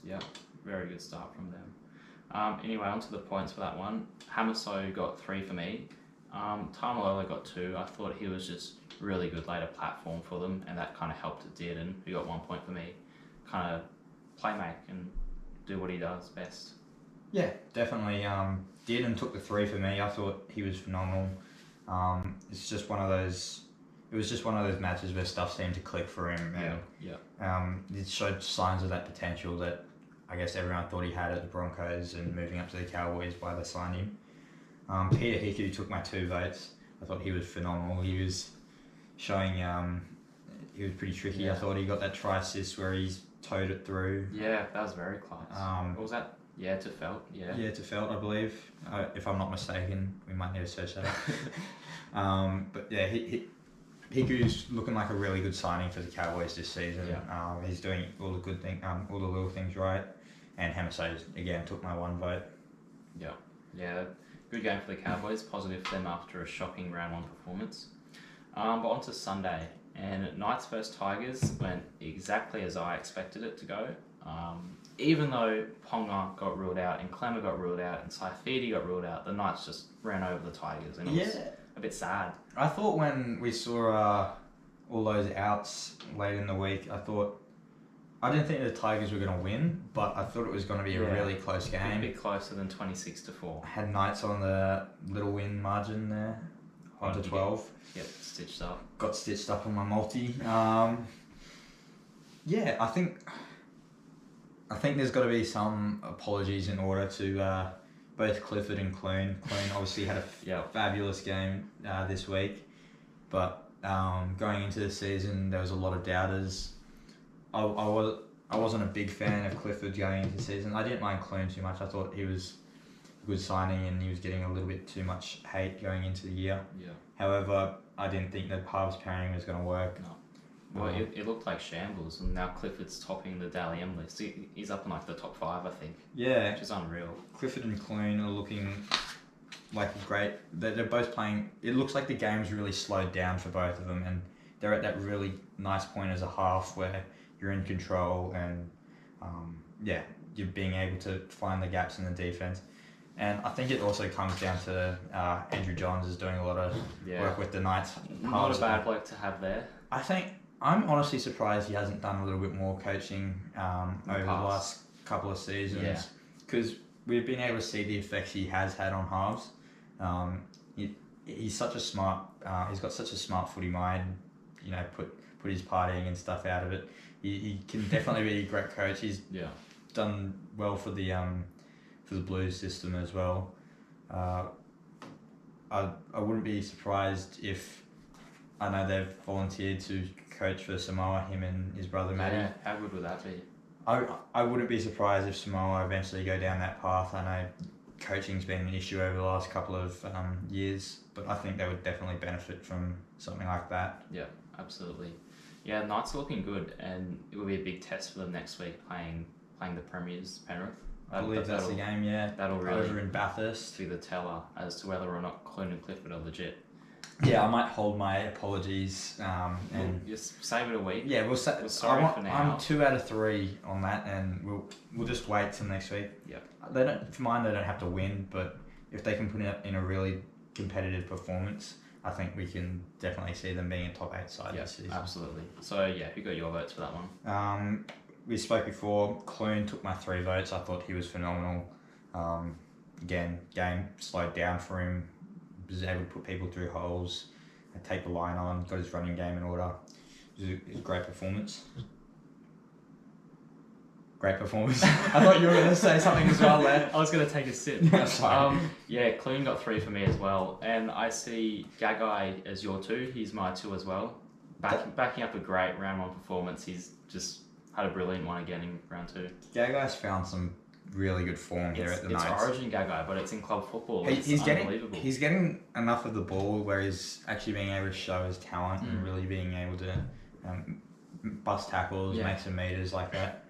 [SPEAKER 2] Very good start from them. Um, anyway, onto the points for that one. Hamaso got three for me. Um, Tamalolo got two. I thought he was just really good, laid a platform for them, and that kind of helped it did. And he got one point for me. Kind of play make and do what he does best.
[SPEAKER 1] Yeah, definitely. Um, Dearden took the three for me. I thought he was phenomenal. Um, it's just one of those. It was just one of those matches where stuff seemed to click for him, and
[SPEAKER 2] Yeah.
[SPEAKER 1] um, it showed signs of that potential that I guess everyone thought he had at the Broncos and moving up to the Cowboys why they signed him. Um, Peter Hickey took my two votes. I thought he was phenomenal. He was showing. Um, he was pretty tricky.
[SPEAKER 2] Yeah.
[SPEAKER 1] I thought he got that try assist where he's towed it through.
[SPEAKER 2] Yeah, that was very close.
[SPEAKER 1] Um,
[SPEAKER 2] what was that? Yeah, to felt. Yeah.
[SPEAKER 1] Yeah, to Felt, I believe, uh, if I'm not mistaken. We might need to search that up. um, but yeah, he, he, Hiku's looking like a really good signing for the Cowboys this season.
[SPEAKER 2] Yeah.
[SPEAKER 1] Um, he's doing all the good thing, um, all the little things right. And Hamasai again took my one vote.
[SPEAKER 2] Yeah, good game for the Cowboys. Positive for them after a shocking round one performance. Um, but on to Sunday, and Knights versus Tigers went exactly as I expected it to go. Um, even though Ponga got ruled out and Clemmer got ruled out and Saifidi got ruled out, the Knights just ran over the Tigers, and it was a bit sad.
[SPEAKER 1] I thought when we saw uh, all those outs late in the week, I thought I didn't think the Tigers were going to win, but I thought it was going to be
[SPEAKER 2] Yeah.
[SPEAKER 1] a really close
[SPEAKER 2] A
[SPEAKER 1] game.
[SPEAKER 2] bit closer than twenty six to four.
[SPEAKER 1] Had Knights on the little win margin there, on to
[SPEAKER 2] What Oh, did you get?
[SPEAKER 1] twelve.
[SPEAKER 2] Yep, stitched up.
[SPEAKER 1] got stitched up on my multi. Um, yeah, I think I think there's got to be some apologies in order to uh, both Clifford and Clune. Clune obviously had a f-
[SPEAKER 2] Yeah.
[SPEAKER 1] fabulous game uh, this week, but um, going into the season, there was a lot of doubters. I, I was I wasn't a big fan of Clifford going into the season. I didn't mind Clune too much. I thought he was a good signing, and he was getting a little bit too much hate going into the year.
[SPEAKER 2] Yeah.
[SPEAKER 1] However, I didn't think that Parv's pairing was going to work.
[SPEAKER 2] Well,
[SPEAKER 1] Um,
[SPEAKER 2] it, it looked like shambles, and now Clifford's topping the Dally M list. He, he's up in like the top five, I think,
[SPEAKER 1] Yeah,
[SPEAKER 2] which is unreal.
[SPEAKER 1] Clifford and Clune are looking like great. They're, they're both playing. It looks like the game's really slowed down for both of them, and they're at that really nice point as a half where you're in control and um, yeah, you're being able to find the gaps in the defense. And I think it also comes down to uh, Andrew Johns is doing a lot of
[SPEAKER 2] Yeah.
[SPEAKER 1] work with the Knights.
[SPEAKER 2] Not
[SPEAKER 1] halves.
[SPEAKER 2] a bad bloke to have there.
[SPEAKER 1] I think I'm honestly surprised he hasn't done a little bit more coaching um,
[SPEAKER 2] In the
[SPEAKER 1] over the
[SPEAKER 2] past.
[SPEAKER 1] last couple of
[SPEAKER 2] Yeah.
[SPEAKER 1] seasons because we've been able to see the effects he has had on halves. Um, he, he's such a smart. Uh, he's got such a smart footy mind. You know, put put his partying and stuff out of it. He, he can definitely be a great coach. He's
[SPEAKER 2] Yeah.
[SPEAKER 1] done well for the um, for the Blues system as well. Uh, I I wouldn't be surprised if I know they've volunteered to coach for Samoa. Him and his brother Matty.
[SPEAKER 2] Yeah, how good would that be?
[SPEAKER 1] I I wouldn't be surprised if Samoa eventually go down that path. I know coaching's been an issue over the last couple of um, years, but I think they would definitely benefit from something like that.
[SPEAKER 2] Absolutely. Yeah, Knights are looking good, and it will be a big test for them next week playing playing the Premiers, Penrith.
[SPEAKER 1] I believe that's the
[SPEAKER 2] that'll,
[SPEAKER 1] game. Yeah,
[SPEAKER 2] that'll really
[SPEAKER 1] over in Bathurst.
[SPEAKER 2] be the teller as to whether or not Clune and Clifford are legit.
[SPEAKER 1] Yeah, I might hold my apologies um, and.
[SPEAKER 2] We'll just save it a week.
[SPEAKER 1] Yeah, we'll say.
[SPEAKER 2] We're sorry
[SPEAKER 1] I'm,
[SPEAKER 2] for now.
[SPEAKER 1] I'm two out of three on that, and we'll we'll just wait till next week.
[SPEAKER 2] Yep.
[SPEAKER 1] They don't for mine. They don't have to win, but if they can put in a, in a really competitive performance, I think we can definitely see them being a top eight side
[SPEAKER 2] Yeah,
[SPEAKER 1] this season.
[SPEAKER 2] absolutely. So yeah, who got your votes for that one?
[SPEAKER 1] Um, we spoke before. Clune took my three votes. I thought he was phenomenal. Um, again, game slowed down for him. Was able to put people through holes, and take the line on. Got his running game in order. It was a, it was a great performance. Great performance. I thought you were going to say something as well there.
[SPEAKER 2] I was going to take a sip.
[SPEAKER 1] Sorry.
[SPEAKER 2] um, yeah, Clune got three for me as well, and I see Gagai as your two. He's my two as well. Back, backing up a great round one performance. He's just had a brilliant one again in round two.
[SPEAKER 1] Gagai's found some really good form here
[SPEAKER 2] It's,
[SPEAKER 1] at the
[SPEAKER 2] it's
[SPEAKER 1] Knights.
[SPEAKER 2] Origin Gagai, but it's in club football.
[SPEAKER 1] He-
[SPEAKER 2] it's
[SPEAKER 1] he's getting
[SPEAKER 2] unbelievable.
[SPEAKER 1] he's getting enough of the ball where he's actually being able to show his talent and
[SPEAKER 2] Mm.
[SPEAKER 1] really being able to um, bust tackles,
[SPEAKER 2] Yeah.
[SPEAKER 1] make some meters like that.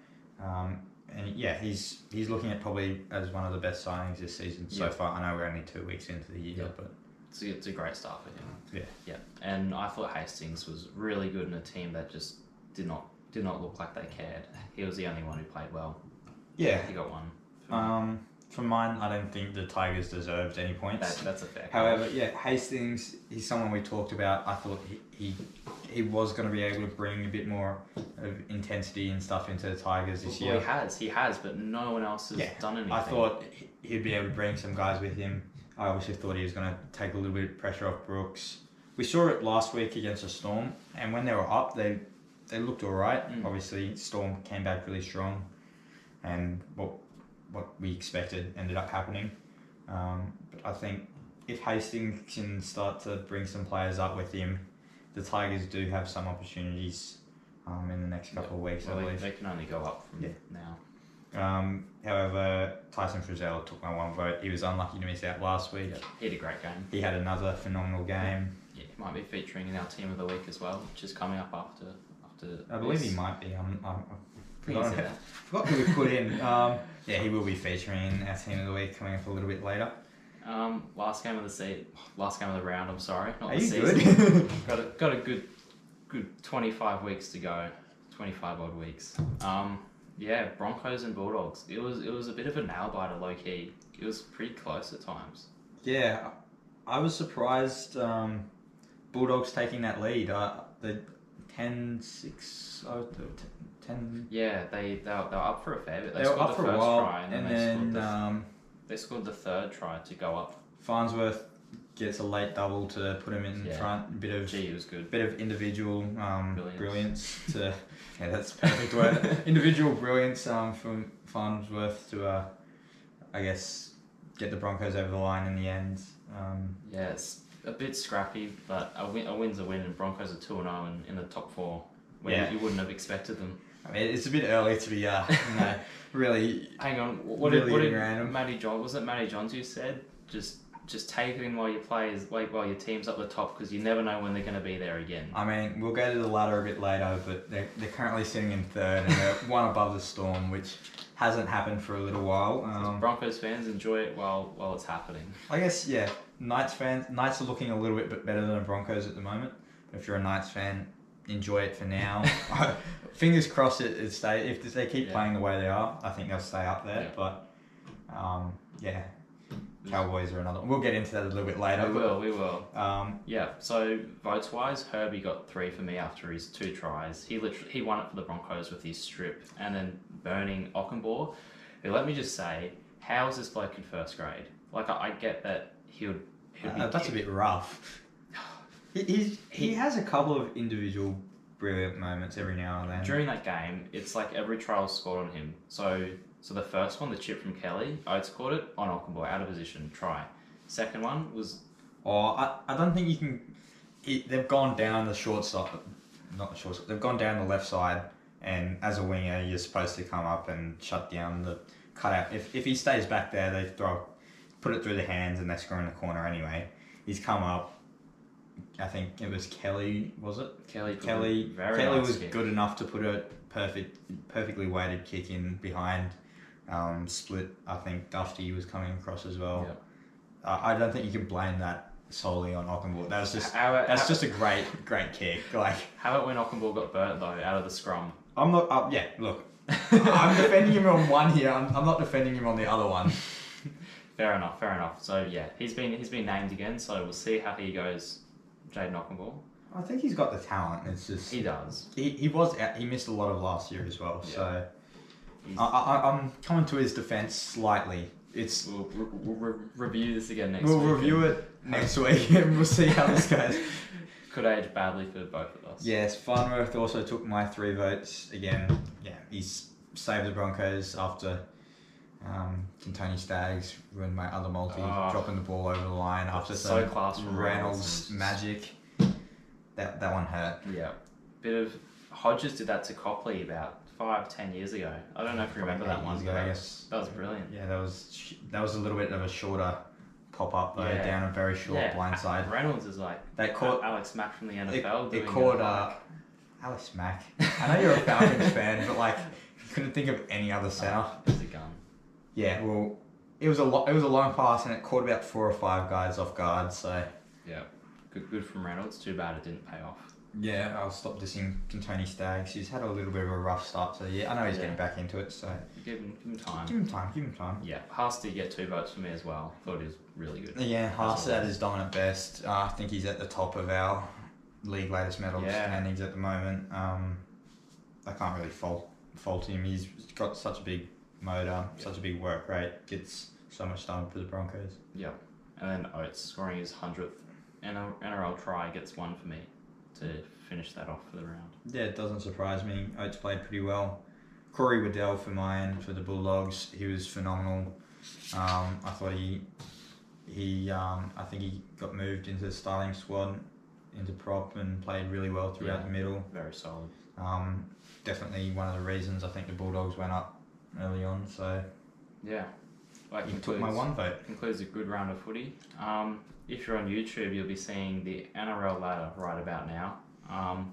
[SPEAKER 1] Um, and yeah, he's he's looking at probably as one of the best signings this season so
[SPEAKER 2] Yeah.
[SPEAKER 1] far. I know we're only two weeks into the year,
[SPEAKER 2] Yeah.
[SPEAKER 1] but
[SPEAKER 2] It's, a- it's a great start for him.
[SPEAKER 1] Yeah.
[SPEAKER 2] Yeah, and I thought Hastings was really good in a team that just did not did not look like they cared. He was the only one who played well.
[SPEAKER 1] yeah.
[SPEAKER 2] He got one.
[SPEAKER 1] Um, from mine, I don't think the Tigers deserved any points.
[SPEAKER 2] That, that's a fair.
[SPEAKER 1] However, yeah, Hastings, he's someone we talked about. I thought he he, he was going to be able to bring a bit more of intensity and stuff into the Tigers
[SPEAKER 2] Well,
[SPEAKER 1] this year.
[SPEAKER 2] he has, he has, but no one else has
[SPEAKER 1] Yeah,
[SPEAKER 2] done anything.
[SPEAKER 1] I thought he- he'd be able to bring some guys with him. I obviously thought he was going to take a little bit of pressure off Brooks. We saw it last week against the Storm, and when they were up, they they looked all right.
[SPEAKER 2] Mm.
[SPEAKER 1] Obviously, Storm came back really strong, and what what we expected ended up happening. Um, but I think if Hastings can start to bring some players up with him, the Tigers do have some opportunities um, in the next couple of weeks. I
[SPEAKER 2] Well, they,
[SPEAKER 1] believe.
[SPEAKER 2] they can only go up from
[SPEAKER 1] Yeah.
[SPEAKER 2] now.
[SPEAKER 1] Um, however, Tyson Frizzell took my one vote. He was unlucky to miss out last week.
[SPEAKER 2] He had a great game.
[SPEAKER 1] He had another phenomenal game.
[SPEAKER 2] Yeah, he might be featuring in our team of the week as well, which is coming up after after.
[SPEAKER 1] I believe
[SPEAKER 2] this.
[SPEAKER 1] he might be. I'm, I'm, I
[SPEAKER 2] He's,
[SPEAKER 1] forgot,
[SPEAKER 2] uh,
[SPEAKER 1] forgot who we put in. Um, yeah, he will be featuring in our team of the week coming up a little bit later.
[SPEAKER 2] um, last game of the se- last game of the round. I'm sorry, not
[SPEAKER 1] Are
[SPEAKER 2] the
[SPEAKER 1] you
[SPEAKER 2] season.
[SPEAKER 1] good?
[SPEAKER 2] Got a, got a good good 25 weeks to go. 25 odd weeks. Um, yeah, Broncos and Bulldogs. It was it was a bit of a nail biter, low key. It was pretty close at times.
[SPEAKER 1] yeah, I was surprised. Um, Bulldogs taking that lead. Uh, the 10 6 oh, the 10
[SPEAKER 2] Yeah, they they were, they were up for a fair bit. They,
[SPEAKER 1] they were up
[SPEAKER 2] scored the
[SPEAKER 1] for
[SPEAKER 2] first
[SPEAKER 1] a while,
[SPEAKER 2] try, and then,
[SPEAKER 1] and
[SPEAKER 2] they, scored
[SPEAKER 1] then,
[SPEAKER 2] the,
[SPEAKER 1] um,
[SPEAKER 2] they scored the third try to go up.
[SPEAKER 1] Farnsworth gets a late double to put him in
[SPEAKER 2] Yeah.
[SPEAKER 1] front. A bit of
[SPEAKER 2] Gee, it was good.
[SPEAKER 1] bit of individual um,
[SPEAKER 2] Brilliance.
[SPEAKER 1] brilliance. to yeah, that's a perfect word. individual brilliance um, from Farnsworth to uh, I guess get the Broncos over the line in the end. Um,
[SPEAKER 2] Yeah, it's a bit scrappy, but a, win, a win's a win, and Broncos are 2 and 0 in, in the top four when
[SPEAKER 1] Yeah.
[SPEAKER 2] you wouldn't have expected them.
[SPEAKER 1] I mean, it's a bit early to be uh, you know, really.
[SPEAKER 2] Hang on, wh- what
[SPEAKER 1] Really
[SPEAKER 2] did, what did
[SPEAKER 1] random.
[SPEAKER 2] Matty John, was it Matty Johns who said? Just just take it in while you play, is, like, while your team's up the top because you never know when they're going to be there again.
[SPEAKER 1] I mean, we'll go to the ladder a bit later, but they're, they're currently sitting in third and they're one above the storm, which hasn't happened for a little while.
[SPEAKER 2] So
[SPEAKER 1] Um,
[SPEAKER 2] Broncos fans enjoy it while while it's happening.
[SPEAKER 1] I guess yeah. Knights fans, Knights are looking a little bit bit better than the Broncos at the moment. If you're a Knights fan, enjoy it for now. Fingers crossed it, it stay. If they keep
[SPEAKER 2] Yeah.
[SPEAKER 1] playing the way they are, I think they'll stay up there.
[SPEAKER 2] Yeah.
[SPEAKER 1] But um, yeah, Cowboys are another. We'll get into that a little bit
[SPEAKER 2] We
[SPEAKER 1] later.
[SPEAKER 2] will, we will.
[SPEAKER 1] but, Um,
[SPEAKER 2] Yeah. So votes wise, Herbie got three for me after his two tries. He literally he won it for the Broncos with his strip, and then burning Ockenbaugh. Who let me just say, how is this bloke in first grade? Like I, I get that he would. He would
[SPEAKER 1] uh, that's a bit rough. He, he's, he has a couple of individual brilliant moments every now and then.
[SPEAKER 2] During that game, it's like every trial scored on him. So, so the first one, the chip from Kelly, Oates caught it on Ockenbaugh, out of position, try. Second one was
[SPEAKER 1] Or Oh, I, I don't think you can. It, they've gone down the short side, not the short side. They've gone down the left side, and as a winger, you're supposed to come up and shut down the cutout. If if he stays back there, they throw, put it through the hands, and they score in the corner anyway. He's come up. I think it was Kelly, was it?
[SPEAKER 2] Kelly. took a
[SPEAKER 1] Kelly
[SPEAKER 2] very
[SPEAKER 1] Kelly
[SPEAKER 2] nice
[SPEAKER 1] was
[SPEAKER 2] kick.
[SPEAKER 1] good enough to put a perfect, perfectly weighted kick in behind. Um, split. I think Dufty was coming across as well.
[SPEAKER 2] Yep.
[SPEAKER 1] I I don't think you can blame that solely on Ockenball. That was just
[SPEAKER 2] How it-
[SPEAKER 1] that's
[SPEAKER 2] how-
[SPEAKER 1] just a great, great kick. Like
[SPEAKER 2] How about when Ockenbaugh got burnt though out of the scrum?
[SPEAKER 1] I'm not. Uh, yeah, look, I'm defending him on one here. I'm, I'm not defending him on the other one.
[SPEAKER 2] Fair enough, fair enough. So yeah, he's been he's been named again. So we'll see how he goes. Jaden Ockenbaugh.
[SPEAKER 1] I think he's got the talent. It's just
[SPEAKER 2] He does.
[SPEAKER 1] he, he was out, he missed a lot of last year as well.
[SPEAKER 2] Yeah.
[SPEAKER 1] So
[SPEAKER 2] He's,
[SPEAKER 1] I, I, I'm coming to his defense slightly. It's
[SPEAKER 2] we'll re- re- re- review this again next
[SPEAKER 1] we'll
[SPEAKER 2] week.
[SPEAKER 1] review it next week and we'll see how this goes.
[SPEAKER 2] Could age badly for both of us.
[SPEAKER 1] yes, Farnworth also took my three votes again. Yeah, he's saved the Broncos after um, Tony Staggs ruined my other multi,
[SPEAKER 2] Ah.
[SPEAKER 1] dropping the ball over the line after
[SPEAKER 2] so
[SPEAKER 1] some
[SPEAKER 2] class from
[SPEAKER 1] Reynolds
[SPEAKER 2] Reynolds.
[SPEAKER 1] magic. That that one hurt.
[SPEAKER 2] Yeah. Bit of Hodges did that to Copley about five, ten years ago. I don't know if you remember that
[SPEAKER 1] Eight
[SPEAKER 2] one.
[SPEAKER 1] years ago,
[SPEAKER 2] but
[SPEAKER 1] I guess.
[SPEAKER 2] That was brilliant.
[SPEAKER 1] Yeah, that was sh- that was a little bit of a shorter pop up though,
[SPEAKER 2] Yeah.
[SPEAKER 1] down a very short
[SPEAKER 2] yeah.
[SPEAKER 1] blind side.
[SPEAKER 2] Reynolds is like
[SPEAKER 1] That caught
[SPEAKER 2] Alex Mack from the NFL.
[SPEAKER 1] It,
[SPEAKER 2] doing
[SPEAKER 1] it called
[SPEAKER 2] it.
[SPEAKER 1] uh, Alice Mack. I know you're a Falcons fan, but like, couldn't think of any
[SPEAKER 2] Uh-huh.
[SPEAKER 1] other center.
[SPEAKER 2] Uh, It's a gun.
[SPEAKER 1] Yeah, well, it was a lo- it was a long pass, and it caught about four or five guys off guard. So
[SPEAKER 2] Yeah. Good, good from Reynolds. Too bad it didn't pay off.
[SPEAKER 1] yeah, I'll stop dissing Tony Staggs. He's had a little bit of a rough start, so yeah, I know he's
[SPEAKER 2] Yeah.
[SPEAKER 1] getting back into it. So
[SPEAKER 2] Give him, give him time.
[SPEAKER 1] give him time, give him time.
[SPEAKER 2] Yeah, Haas did get two votes for me as well. Thought he was really good.
[SPEAKER 1] Yeah, Haas at
[SPEAKER 2] always.
[SPEAKER 1] his dominant best. Uh, I think he's at the top of our league latest medal
[SPEAKER 2] Yeah.
[SPEAKER 1] standings at the moment. Um, I can't really fault fault him. He's got such a big motor,
[SPEAKER 2] Yeah.
[SPEAKER 1] such a big work rate. Gets so much done for the Broncos.
[SPEAKER 2] Yeah, and then Oates scoring his hundredth NRL try gets one for me to finish that off for the round.
[SPEAKER 1] Yeah, it doesn't surprise me. Oates played pretty well. Corey Waddell for mine for the Bulldogs. He was phenomenal. Um, I thought he he um, I think he got moved into the starting squad into prop and played really well throughout
[SPEAKER 2] Yeah.
[SPEAKER 1] the middle.
[SPEAKER 2] Very solid.
[SPEAKER 1] Um, definitely one of the reasons I think the Bulldogs went up early on. So
[SPEAKER 2] Yeah, that
[SPEAKER 1] you took my
[SPEAKER 2] concludes-
[SPEAKER 1] one vote.
[SPEAKER 2] Concludes a good round of footy. Um, if you're on YouTube, you'll be seeing the NRL ladder right about now. Um,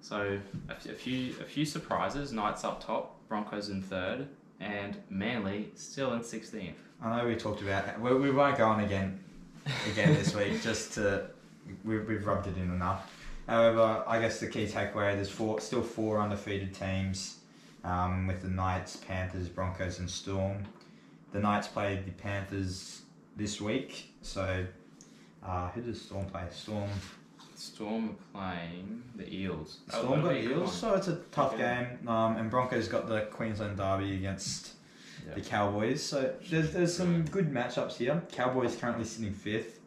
[SPEAKER 2] so a f- a few a few surprises. Knights up top, Broncos in third, and Manly still in sixteenth.
[SPEAKER 1] I know we talked about we, we won't go on again again this week. Just to we, we've rubbed it in enough. However, I guess the key takeaway there's four still four undefeated teams um, with the Knights, Panthers, Broncos, and Storm. The Knights played the Panthers this week, so uh, who does Storm play? Storm
[SPEAKER 2] Storm are playing the Eels. Oh, That-
[SPEAKER 1] Storm
[SPEAKER 2] that'll
[SPEAKER 1] got
[SPEAKER 2] be a good
[SPEAKER 1] Eels, so it's a tough
[SPEAKER 2] Okay.
[SPEAKER 1] game. Um, and Broncos got the Queensland Derby against
[SPEAKER 2] one. Yeah.
[SPEAKER 1] the Cowboys. So there's there's some good matchups here. Cowboys currently sitting fifth,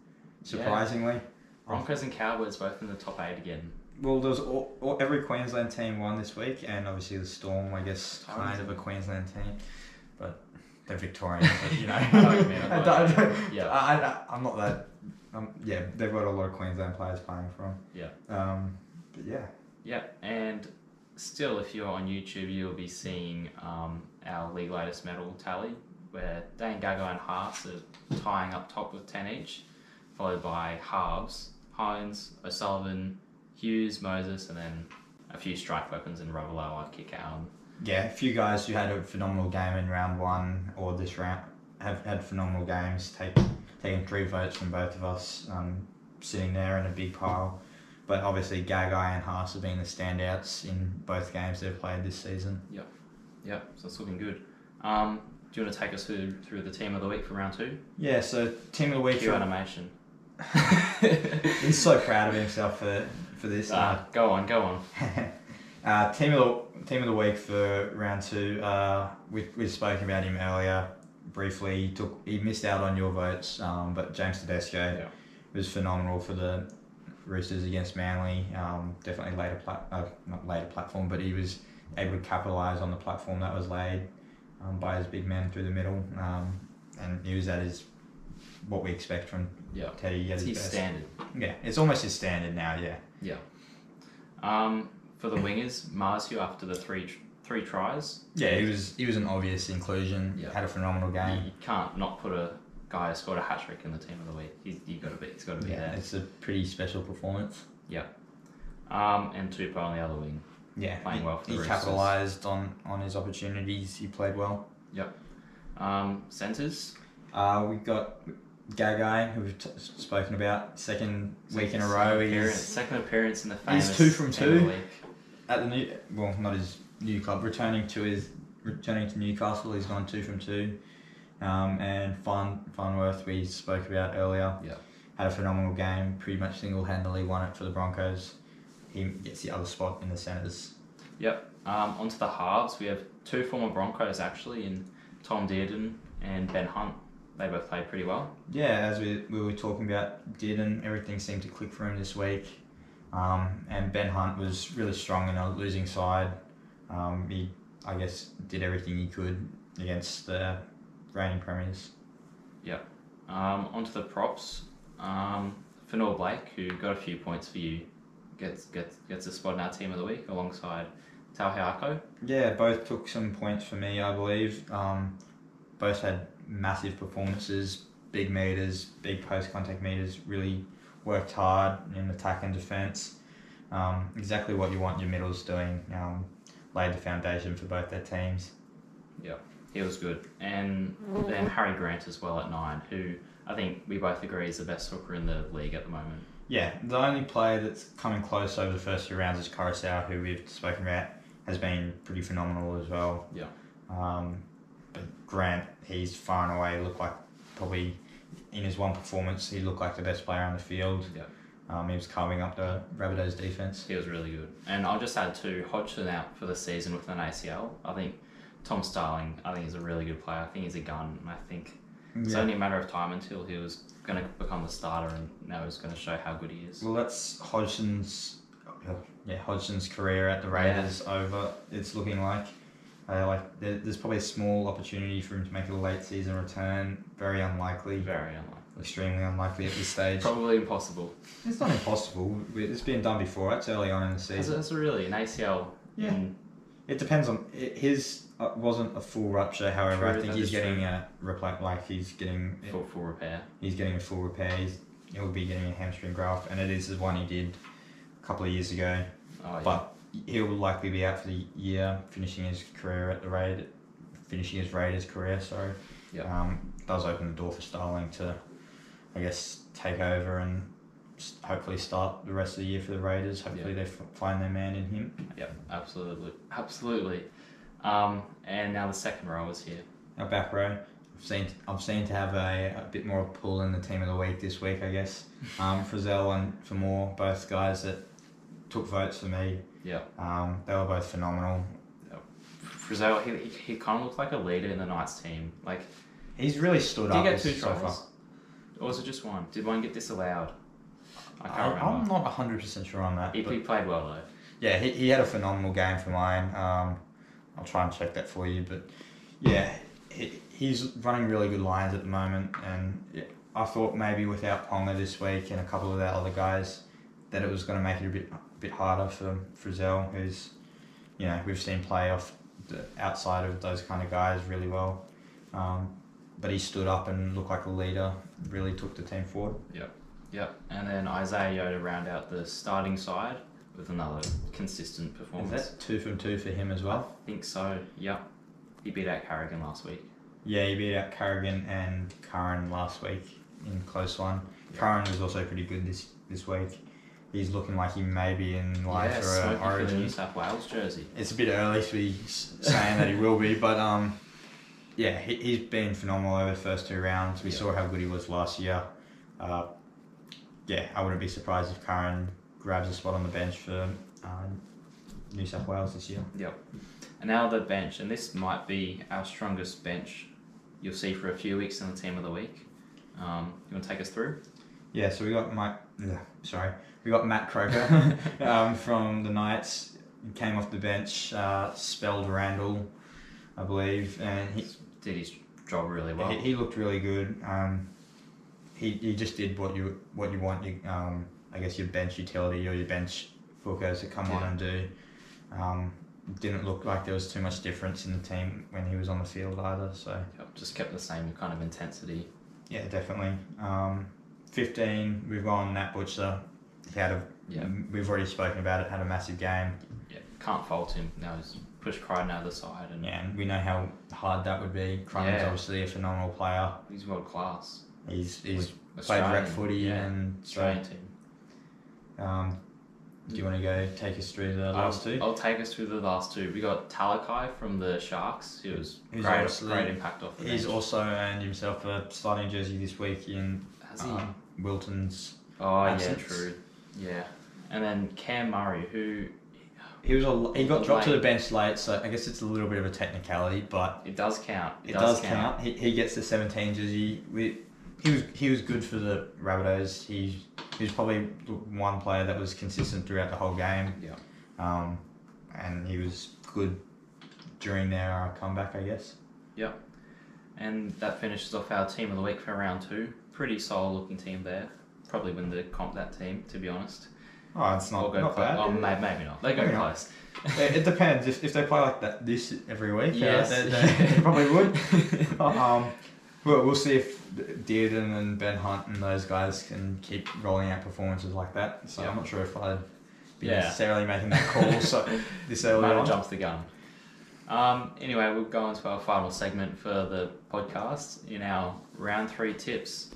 [SPEAKER 1] surprisingly.
[SPEAKER 2] Broncos and Cowboys both in the top eight again.
[SPEAKER 1] Well, there's all, all, every Queensland team won this week, and obviously the Storm, I guess,
[SPEAKER 2] Oh,
[SPEAKER 1] kind
[SPEAKER 2] is
[SPEAKER 1] of a
[SPEAKER 2] it?
[SPEAKER 1] Queensland team, but they're Victorian, but, you know.
[SPEAKER 2] I know what you mean, I
[SPEAKER 1] I
[SPEAKER 2] know what you
[SPEAKER 1] don't-
[SPEAKER 2] mean. Yeah.
[SPEAKER 1] I, I, I'm not that. Um, yeah, they've got a lot of Queensland players playing for them.
[SPEAKER 2] Yeah.
[SPEAKER 1] Um, but yeah,
[SPEAKER 2] Yeah, and still, if you're on YouTube, you'll be seeing um, our league latest medal tally, where Dane Gagai and Haas are tying up top with 10 each, followed by halves, Hines, O'Sullivan, Hughes, Moses, and then a few strike weapons in Ravaloa, Kick out.
[SPEAKER 1] yeah, a few guys who had a phenomenal game in round one or this round have had phenomenal games, take, taking three votes from both of us, um, sitting there in a big pile. But obviously, Gagai and Haas have been the standouts in both games they've played this season.
[SPEAKER 2] Yeah, so it's looking good. Um, do you want to take us through, through the team of the week for round two?
[SPEAKER 1] Yeah, so team of the week.
[SPEAKER 2] Q animation.
[SPEAKER 1] He's so proud of himself for, for this.
[SPEAKER 2] Uh, go on, go on.
[SPEAKER 1] uh, team of the team of the week for round two. Uh, we we spoke about him earlier briefly. He took he missed out on your votes, um, but James Tedesco
[SPEAKER 2] Yeah.
[SPEAKER 1] was phenomenal for the Roosters against Manly. Um, definitely laid a plat- uh, not laid a platform, but he was able to capitalize on the platform that was laid um, by his big men through the middle, um, and he was at his what we expect from
[SPEAKER 2] Yeah.
[SPEAKER 1] Teddy. He had
[SPEAKER 2] It's
[SPEAKER 1] his
[SPEAKER 2] his
[SPEAKER 1] best.
[SPEAKER 2] standard.
[SPEAKER 1] yeah, it's almost his standard now. Yeah.
[SPEAKER 2] Um, for the wingers, Marzu after the three three tries,
[SPEAKER 1] Yeah, he was he was an obvious inclusion.
[SPEAKER 2] Yeah.
[SPEAKER 1] Had a phenomenal
[SPEAKER 2] you,
[SPEAKER 1] game.
[SPEAKER 2] you can't not put a guy who scored a hat trick in the team of the week. He's you got to be, he's got to be
[SPEAKER 1] Yeah,
[SPEAKER 2] there.
[SPEAKER 1] it's a pretty special performance.
[SPEAKER 2] Um, and Tupo on the other wing.
[SPEAKER 1] Yeah,
[SPEAKER 2] Playing
[SPEAKER 1] he,
[SPEAKER 2] well for the
[SPEAKER 1] he
[SPEAKER 2] Roosters.
[SPEAKER 1] capitalized on on his opportunities. He played well.
[SPEAKER 2] Um, centers,
[SPEAKER 1] Uh, we got Gagai, who we've t- spoken about, second week in a
[SPEAKER 2] Second
[SPEAKER 1] row.
[SPEAKER 2] appearance,
[SPEAKER 1] He's
[SPEAKER 2] second appearance in the
[SPEAKER 1] He's
[SPEAKER 2] famous
[SPEAKER 1] two from
[SPEAKER 2] team of the
[SPEAKER 1] two.
[SPEAKER 2] week.
[SPEAKER 1] at the new well, not his new club, returning to his returning to Newcastle. He's gone two from two. Um, and Farn Farnworth, we spoke about earlier.
[SPEAKER 2] Yeah.
[SPEAKER 1] had a phenomenal game. Pretty much single handedly won it for the Broncos. He gets the other spot in the centres.
[SPEAKER 2] Um, onto the halves, we have two former Broncos actually, in Tom Dearden and Ben Hunt. They both played pretty well.
[SPEAKER 1] Yeah, as we, we were talking about, did and everything seemed to click for him this week. Um, and Ben Hunt was really strong in a losing side. Um, he, I guess, did everything he could against the reigning premiers.
[SPEAKER 2] Um, onto the props. Um, Fenor Blake, who got a few points for you, gets gets gets a spot in our team of the week alongside Tauhiako.
[SPEAKER 1] Yeah, both took some points for me, I believe. Um, both had massive performances, big meters, big post contact meters. Really worked hard in attack and defence. Um, exactly what you want your middles doing. Um, laid the foundation for both their teams.
[SPEAKER 2] He was good, and then Harry Grant as well at nine, who I think we both agree is the best hooker in the league at the moment.
[SPEAKER 1] Yeah, the only player that's coming close over the first few rounds is Coruscant, who we've spoken about, has been pretty phenomenal as well.
[SPEAKER 2] Yeah.
[SPEAKER 1] Um, but Grant, he's far and away looked like probably in his one performance, he looked like the best player on the field.
[SPEAKER 2] Yeah.
[SPEAKER 1] Um, he was carving up the Rabbitohs defense.
[SPEAKER 2] He was really good, and I'll just add to Hodgson out for the season with an ACL. I think Tom Starling, I think he's a really good player. I think he's a gun, and I think it's
[SPEAKER 1] Yeah.
[SPEAKER 2] only a matter of time until he was going to become the starter, and now he's going to show how good he is.
[SPEAKER 1] Well, that's Hodgson's, yeah, Hodgson's career at the Raiders over. It's looking like, uh, like there, there's probably a small opportunity for him to make a late season return. Very unlikely.
[SPEAKER 2] Very unlikely.
[SPEAKER 1] extremely unlikely at this stage.
[SPEAKER 2] Probably impossible.
[SPEAKER 1] It's not impossible. It's been done before. It's early on in the
[SPEAKER 2] It's,
[SPEAKER 1] season.
[SPEAKER 2] it's really an ACL.
[SPEAKER 1] Yeah.
[SPEAKER 2] And
[SPEAKER 1] It depends on it, his. Uh, wasn't a full rupture. However, I
[SPEAKER 2] True,
[SPEAKER 1] think
[SPEAKER 2] that
[SPEAKER 1] he's
[SPEAKER 2] is true.
[SPEAKER 1] getting a repla- Like he's getting
[SPEAKER 2] full, full repair.
[SPEAKER 1] he's getting a full repair. He's, he'll be getting a hamstring graft, and it is the one he did a couple of years ago.
[SPEAKER 2] Oh, yeah.
[SPEAKER 1] But he'll likely be out for the year, finishing his career at the Raid, finishing his Raiders career. Sorry.
[SPEAKER 2] Yeah.
[SPEAKER 1] Um, does open the door for Starling to, I guess, take over and s- hopefully start the rest of the year for the Raiders. Hopefully they f- find their man in him.
[SPEAKER 2] Yep, absolutely. Absolutely. Um, and now the second row is here.
[SPEAKER 1] Our back row. I've seen I've seen to have a, a bit more pull in the team of the week this week. I guess. Um, Frizzell and Famore, both guys that took votes for me.
[SPEAKER 2] Yeah.
[SPEAKER 1] Um, they were both phenomenal.
[SPEAKER 2] Frizzell, he, he, he kind of looked like a leader in the Knights team. Like,
[SPEAKER 1] He's really stood
[SPEAKER 2] did he
[SPEAKER 1] up
[SPEAKER 2] get
[SPEAKER 1] this-
[SPEAKER 2] two
[SPEAKER 1] so far.
[SPEAKER 2] tries? Or was it just one? Did one get disallowed? I can't
[SPEAKER 1] I, I'm
[SPEAKER 2] remember.
[SPEAKER 1] not 100% sure on that.
[SPEAKER 2] He,
[SPEAKER 1] but
[SPEAKER 2] he played well, though.
[SPEAKER 1] yeah, he, he had a phenomenal game for mine. Um, I'll try and check that for you. But yeah, he, he's running really good lines at the moment, and it- I thought maybe without Ponga this week and a couple of the other guys, that it was going to make it a bit bit harder for Frizzell, who's, you know, we've seen play off the outside of those kind of guys really well, um, but he stood up and looked like a leader. Really took the team forward.
[SPEAKER 2] Yep. And then Isaiah Yo to round out the starting side with another consistent
[SPEAKER 1] Is
[SPEAKER 2] performance.
[SPEAKER 1] that two from two for him as well?
[SPEAKER 2] I think so. Yep. He beat out Carrigan last week.
[SPEAKER 1] Yeah, he beat out Carrigan and Curran last week in close one.
[SPEAKER 2] Yeah.
[SPEAKER 1] Curran was also pretty good this this week. He's looking like he may be in line
[SPEAKER 2] yeah,
[SPEAKER 1] for
[SPEAKER 2] smoking
[SPEAKER 1] uh,
[SPEAKER 2] for the New
[SPEAKER 1] Origin.
[SPEAKER 2] South Wales jersey.
[SPEAKER 1] It's a bit early to be s- saying that he will be, but um, yeah, he, he's been phenomenal over the first two rounds. We
[SPEAKER 2] Yeah.
[SPEAKER 1] saw how good he was last year. Uh, yeah, I wouldn't be surprised if Curran grabs a spot on the bench for um, New South Wales this year.
[SPEAKER 2] And now the bench, and this might be our strongest bench you'll see for a few weeks in the team of the week. Um, you want to take us through?
[SPEAKER 1] Yeah, so we got Mike. Yeah, sorry, we got Matt Croker um, from the Knights. He Came off the bench, uh, spelled Randall, I believe, and he
[SPEAKER 2] Did his job really well.
[SPEAKER 1] he, he looked really good. Um, he, he just did what you what you want. You um, I guess your bench utility or your bench hookers to come on
[SPEAKER 2] Yeah.
[SPEAKER 1] and do. Um, didn't look like there was too much difference in the team when he was on the field either. So
[SPEAKER 2] Yep, just kept the same kind of intensity.
[SPEAKER 1] yeah, definitely. Um, Fifteen, we've gone Nat Butcher. He had a
[SPEAKER 2] Yeah,
[SPEAKER 1] M- We've already spoken about it, had a massive game.
[SPEAKER 2] yeah. Can't fault him. Now he's pushed Crichton out of the side, and
[SPEAKER 1] Yeah, and we know how hard that would be. Crichton's
[SPEAKER 2] Yeah.
[SPEAKER 1] obviously a phenomenal player.
[SPEAKER 2] he's world class.
[SPEAKER 1] He's he's played
[SPEAKER 2] Australian,
[SPEAKER 1] rep footy
[SPEAKER 2] yeah.
[SPEAKER 1] and so
[SPEAKER 2] Australian team.
[SPEAKER 1] um do you wanna go take us through the last
[SPEAKER 2] I'll,
[SPEAKER 1] two?
[SPEAKER 2] I'll take us through the last two. We got Talakai from the Sharks. He was
[SPEAKER 1] Who's
[SPEAKER 2] great,
[SPEAKER 1] obviously-
[SPEAKER 2] great impact off the
[SPEAKER 1] He's
[SPEAKER 2] bench.
[SPEAKER 1] also earned himself a starting jersey this week in
[SPEAKER 2] Has he?
[SPEAKER 1] um, Wilton's
[SPEAKER 2] oh
[SPEAKER 1] absence.
[SPEAKER 2] yeah, true. Yeah, and then Cam Murray, who
[SPEAKER 1] he was a, he got
[SPEAKER 2] Late.
[SPEAKER 1] dropped to the bench late, so I guess it's a little bit of a technicality, but
[SPEAKER 2] it does count.
[SPEAKER 1] it, does, count. He, he gets the seventeen jersey. We he was he was good for the Rabbitohs. He he was probably the one player that was consistent throughout the whole game.
[SPEAKER 2] Yeah.
[SPEAKER 1] Um, and he was good during their uh, comeback, I guess.
[SPEAKER 2] And that finishes off our team of the week for round two. Pretty solid looking team there. Probably win the comp that team, to be honest.
[SPEAKER 1] Oh, it's
[SPEAKER 2] Or
[SPEAKER 1] not,
[SPEAKER 2] go
[SPEAKER 1] not
[SPEAKER 2] close.
[SPEAKER 1] bad.
[SPEAKER 2] Oh, may- maybe not. They go
[SPEAKER 1] Maybe not.
[SPEAKER 2] close.
[SPEAKER 1] it, it depends if, if they play like that this every week. uh,
[SPEAKER 2] Yes.
[SPEAKER 1] they, they- they probably would. um, well, we'll see if Dearden and Ben Hunt and those guys can keep rolling out performances like that. So
[SPEAKER 2] Yeah.
[SPEAKER 1] I'm not sure if I'd be
[SPEAKER 2] Yeah.
[SPEAKER 1] necessarily making that call. So this early
[SPEAKER 2] Might
[SPEAKER 1] on.
[SPEAKER 2] have jumped uh, the gun. Um, anyway, we'll go on to our final segment for the podcast in our round three tips.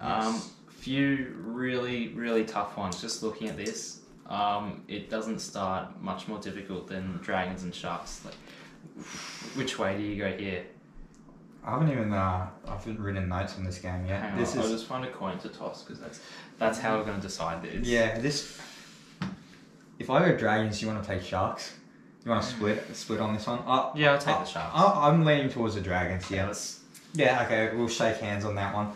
[SPEAKER 2] Um,
[SPEAKER 1] Yes.
[SPEAKER 2] Few really, really tough ones. Just looking at this, um, it doesn't start much more difficult than dragons and sharks. Like, which way do you go here?
[SPEAKER 1] I haven't even uh, I haven't written notes on this game yet.
[SPEAKER 2] Hang on,
[SPEAKER 1] this
[SPEAKER 2] I'll
[SPEAKER 1] is
[SPEAKER 2] just find a coin to toss because that's that's how we're going to decide this.
[SPEAKER 1] yeah. This if I go dragons, you want to take sharks. You want to split split on this one. I,
[SPEAKER 2] yeah, I'll take
[SPEAKER 1] I-
[SPEAKER 2] the sharks.
[SPEAKER 1] I, I'm leaning towards the dragons. Uh, Yeah.
[SPEAKER 2] let's,
[SPEAKER 1] Yeah. Okay. We'll shake hands on that one.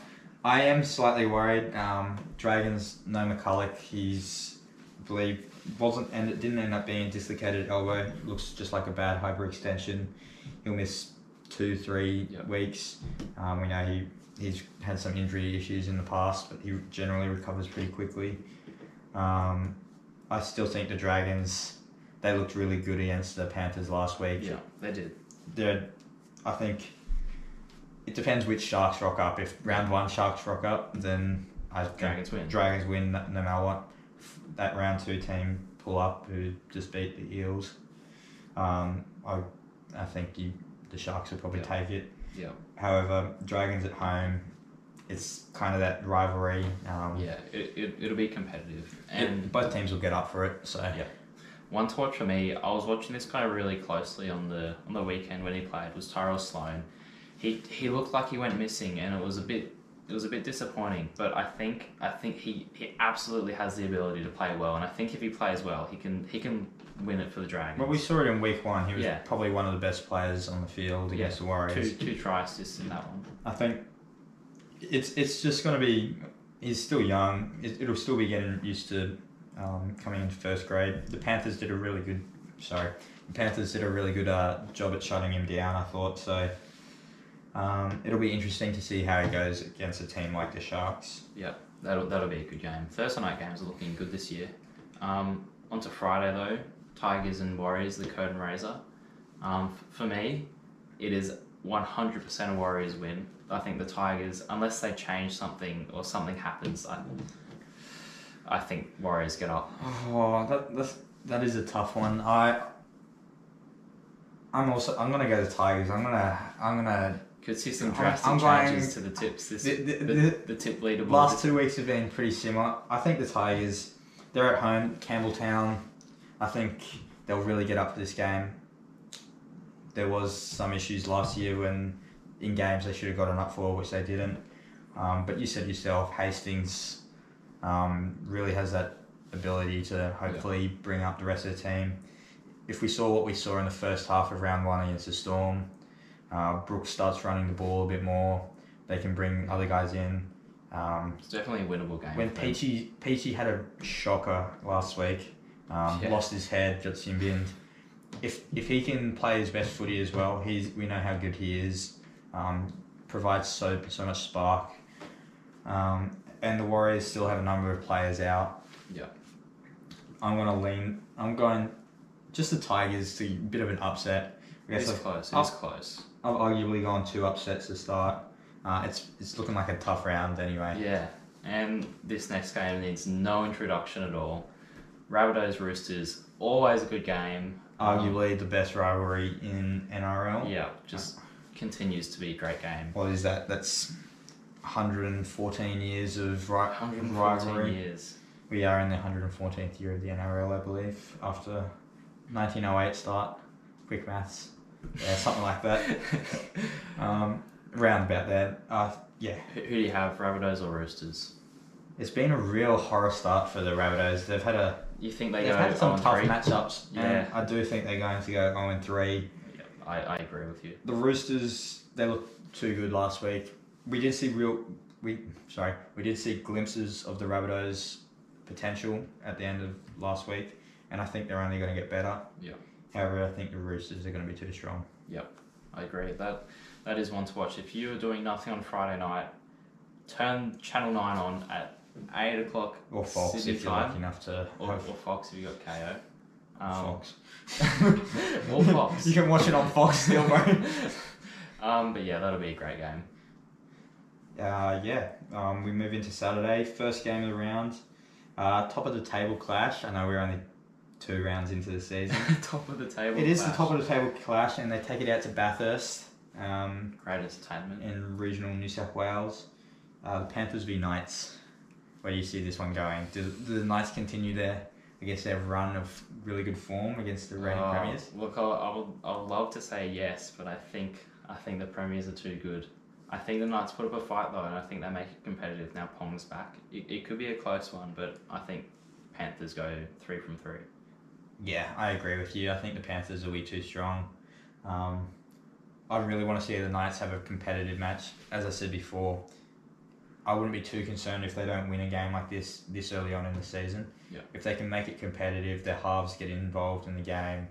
[SPEAKER 1] I am slightly worried. Um, dragons. No McCulloch. He's I believe wasn't and it didn't end up being dislocated elbow. Looks just like a bad hyperextension. He'll miss two three
[SPEAKER 2] Yep.
[SPEAKER 1] weeks. Um, we know he he's had some injury issues in the past, but he generally recovers pretty quickly. Um, I still think the Dragons. They looked really good against the Panthers last week
[SPEAKER 2] yeah, they did.
[SPEAKER 1] they're, I think it depends which sharks rock up. If round one sharks rock up, then I think
[SPEAKER 2] Dragons win.
[SPEAKER 1] Dragons win no no matter what. F- That round two team pull up who just beat the Eels. Um, I, I think you, the Sharks will probably
[SPEAKER 2] Yeah.
[SPEAKER 1] take it.
[SPEAKER 2] Yeah,
[SPEAKER 1] However, Dragons at home, it's kind of that rivalry. Um,
[SPEAKER 2] yeah, it, it, it'll be competitive.
[SPEAKER 1] it-
[SPEAKER 2] And
[SPEAKER 1] both teams will get up for it. So
[SPEAKER 2] Yeah. One to watch for me, I was watching this guy really closely on the on the weekend when he played was Tyrell Sloan. He he looked like he went missing and it was a bit it was a bit disappointing, but I think I think he, he absolutely has the ability to play well and I think if he plays well he can he can win it for the Dragons.
[SPEAKER 1] Well, we saw it in week one. He was
[SPEAKER 2] Yeah.
[SPEAKER 1] probably one of the best players on the field
[SPEAKER 2] Yeah.
[SPEAKER 1] against the Warriors.
[SPEAKER 2] two two try assists in that one.
[SPEAKER 1] I think it's it's just going to be. He's still young. It, it'll still be getting used to um, coming into first grade. The Panthers did a really good. Sorry, the Panthers did a really good uh, job at shutting him down. I thought so. Um, it'll be interesting to see how he goes against a team like the Sharks.
[SPEAKER 2] That'll that'll be a good game. Thursday night games are looking good this year. Um, onto Friday though, Tigers and Warriors, the curtain raiser. Um, f- for me, it is one hundred percent a Warriors win. I think the Tigers, unless they change something or something happens, I, I think Warriors get up.
[SPEAKER 1] Oh, that that's, that is a tough one. I I'm also I'm gonna go the Tigers. I'm gonna I'm gonna
[SPEAKER 2] Could see some
[SPEAKER 1] I'm-
[SPEAKER 2] drastic
[SPEAKER 1] I'm going-
[SPEAKER 2] changes to the tips this
[SPEAKER 1] the-
[SPEAKER 2] the,
[SPEAKER 1] the-
[SPEAKER 2] the,
[SPEAKER 1] the-
[SPEAKER 2] tip leaderboard.
[SPEAKER 1] last two weeks have been pretty similar. I think the Tigers they're at home, Campbelltown. I think they'll really get up for this game. There was some issues last year when in games they should have gotten up for, which they didn't. Um, but you said yourself, Hastings um, really has that ability to hopefully bring up the rest of the team. If we saw what we saw in the first half of round one against the Storm, uh, Brooks starts running the ball a bit more. They can bring other guys in. Um,
[SPEAKER 2] it's definitely a winnable game.
[SPEAKER 1] when
[SPEAKER 2] for them.
[SPEAKER 1] Peachy Peachy had a shocker last week, um,
[SPEAKER 2] Yeah.
[SPEAKER 1] lost his head, got sin binned. If if he can play his best footy as well, he's we know how good he is. Um, provides so so much spark. Um, and the Warriors still have a number of players out.
[SPEAKER 2] Yeah.
[SPEAKER 1] I'm gonna lean. I'm going just the Tigers to a bit of an upset. I
[SPEAKER 2] It
[SPEAKER 1] guess
[SPEAKER 2] is
[SPEAKER 1] I've,
[SPEAKER 2] close. It
[SPEAKER 1] I'll-
[SPEAKER 2] is close.
[SPEAKER 1] I've arguably gone two upsets to start. Uh, it's it's looking like a tough round anyway.
[SPEAKER 2] Yeah, and this next game needs no introduction at all. Rabbitohs Roosters, always a good game. Um,
[SPEAKER 1] Arguably the best rivalry in NRL.
[SPEAKER 2] yeah, just continues to be a great game.
[SPEAKER 1] what is that? That's 114 years of ri-
[SPEAKER 2] 114
[SPEAKER 1] rivalry.
[SPEAKER 2] years.
[SPEAKER 1] We are in the 114th year of the NRL, I believe, after 1908 start. Quick maths, yeah, something like that. Um, round about there. Uh, yeah,
[SPEAKER 2] who, who do you have, Rabbitohs or Roosters?
[SPEAKER 1] it's been a real horror start for the Rabbitohs. They've had a
[SPEAKER 2] You think they
[SPEAKER 1] they
[SPEAKER 2] go
[SPEAKER 1] have had some
[SPEAKER 2] 0
[SPEAKER 1] tough
[SPEAKER 2] 3?
[SPEAKER 1] matchups,
[SPEAKER 2] Yeah.
[SPEAKER 1] and I do think they're going to go 0 and 3.
[SPEAKER 2] Yeah, I, I agree with you.
[SPEAKER 1] The Roosters, they looked too good last week. We did see real, we sorry, we did see glimpses of the Rabbitohs' potential at the end of last week, and I think they're only going to get better.
[SPEAKER 2] Yeah.
[SPEAKER 1] However, I think the Roosters are going to be too strong.
[SPEAKER 2] I agree. That that is one to watch. If you are doing nothing on Friday night, turn Channel Nine on at eight o'clock
[SPEAKER 1] Or Fox,
[SPEAKER 2] Sydney
[SPEAKER 1] if you're
[SPEAKER 2] time.
[SPEAKER 1] lucky enough to
[SPEAKER 2] or, or
[SPEAKER 1] have
[SPEAKER 2] Fox if you got KO. Um,
[SPEAKER 1] Fox.
[SPEAKER 2] or Fox.
[SPEAKER 1] you can watch it on Fox still, bro.
[SPEAKER 2] um, but yeah, that'll be a great game.
[SPEAKER 1] Uh, yeah, um, we move into Saturday. First game of the round. Uh, top of the table clash. I know we're only two rounds into the season.
[SPEAKER 2] top of the table.
[SPEAKER 1] It is the
[SPEAKER 2] clash.
[SPEAKER 1] top of the table clash, and they take it out to Bathurst um,
[SPEAKER 2] Great entertainment.
[SPEAKER 1] in regional New South Wales. Uh, the Panthers v Knights. Where do you see this one going? Do, do the Knights continue their, I guess, their run of really good form against the reigning
[SPEAKER 2] Uh,
[SPEAKER 1] premiers?
[SPEAKER 2] Look, I, I would I would love to say yes, but I think I think the premiers are too good. I think the Knights put up a fight though, and I think they make it competitive. Now Pong's back. It, it could be a close one, but I think Panthers go three from three.
[SPEAKER 1] Yeah, I agree with you. I think the Panthers will be too strong. Um, I really want to see the Knights have a competitive match. As I said before, I wouldn't be too concerned if they don't win a game like this this early on in the season.
[SPEAKER 2] Yeah.
[SPEAKER 1] If they can make it competitive, their halves get involved in the game.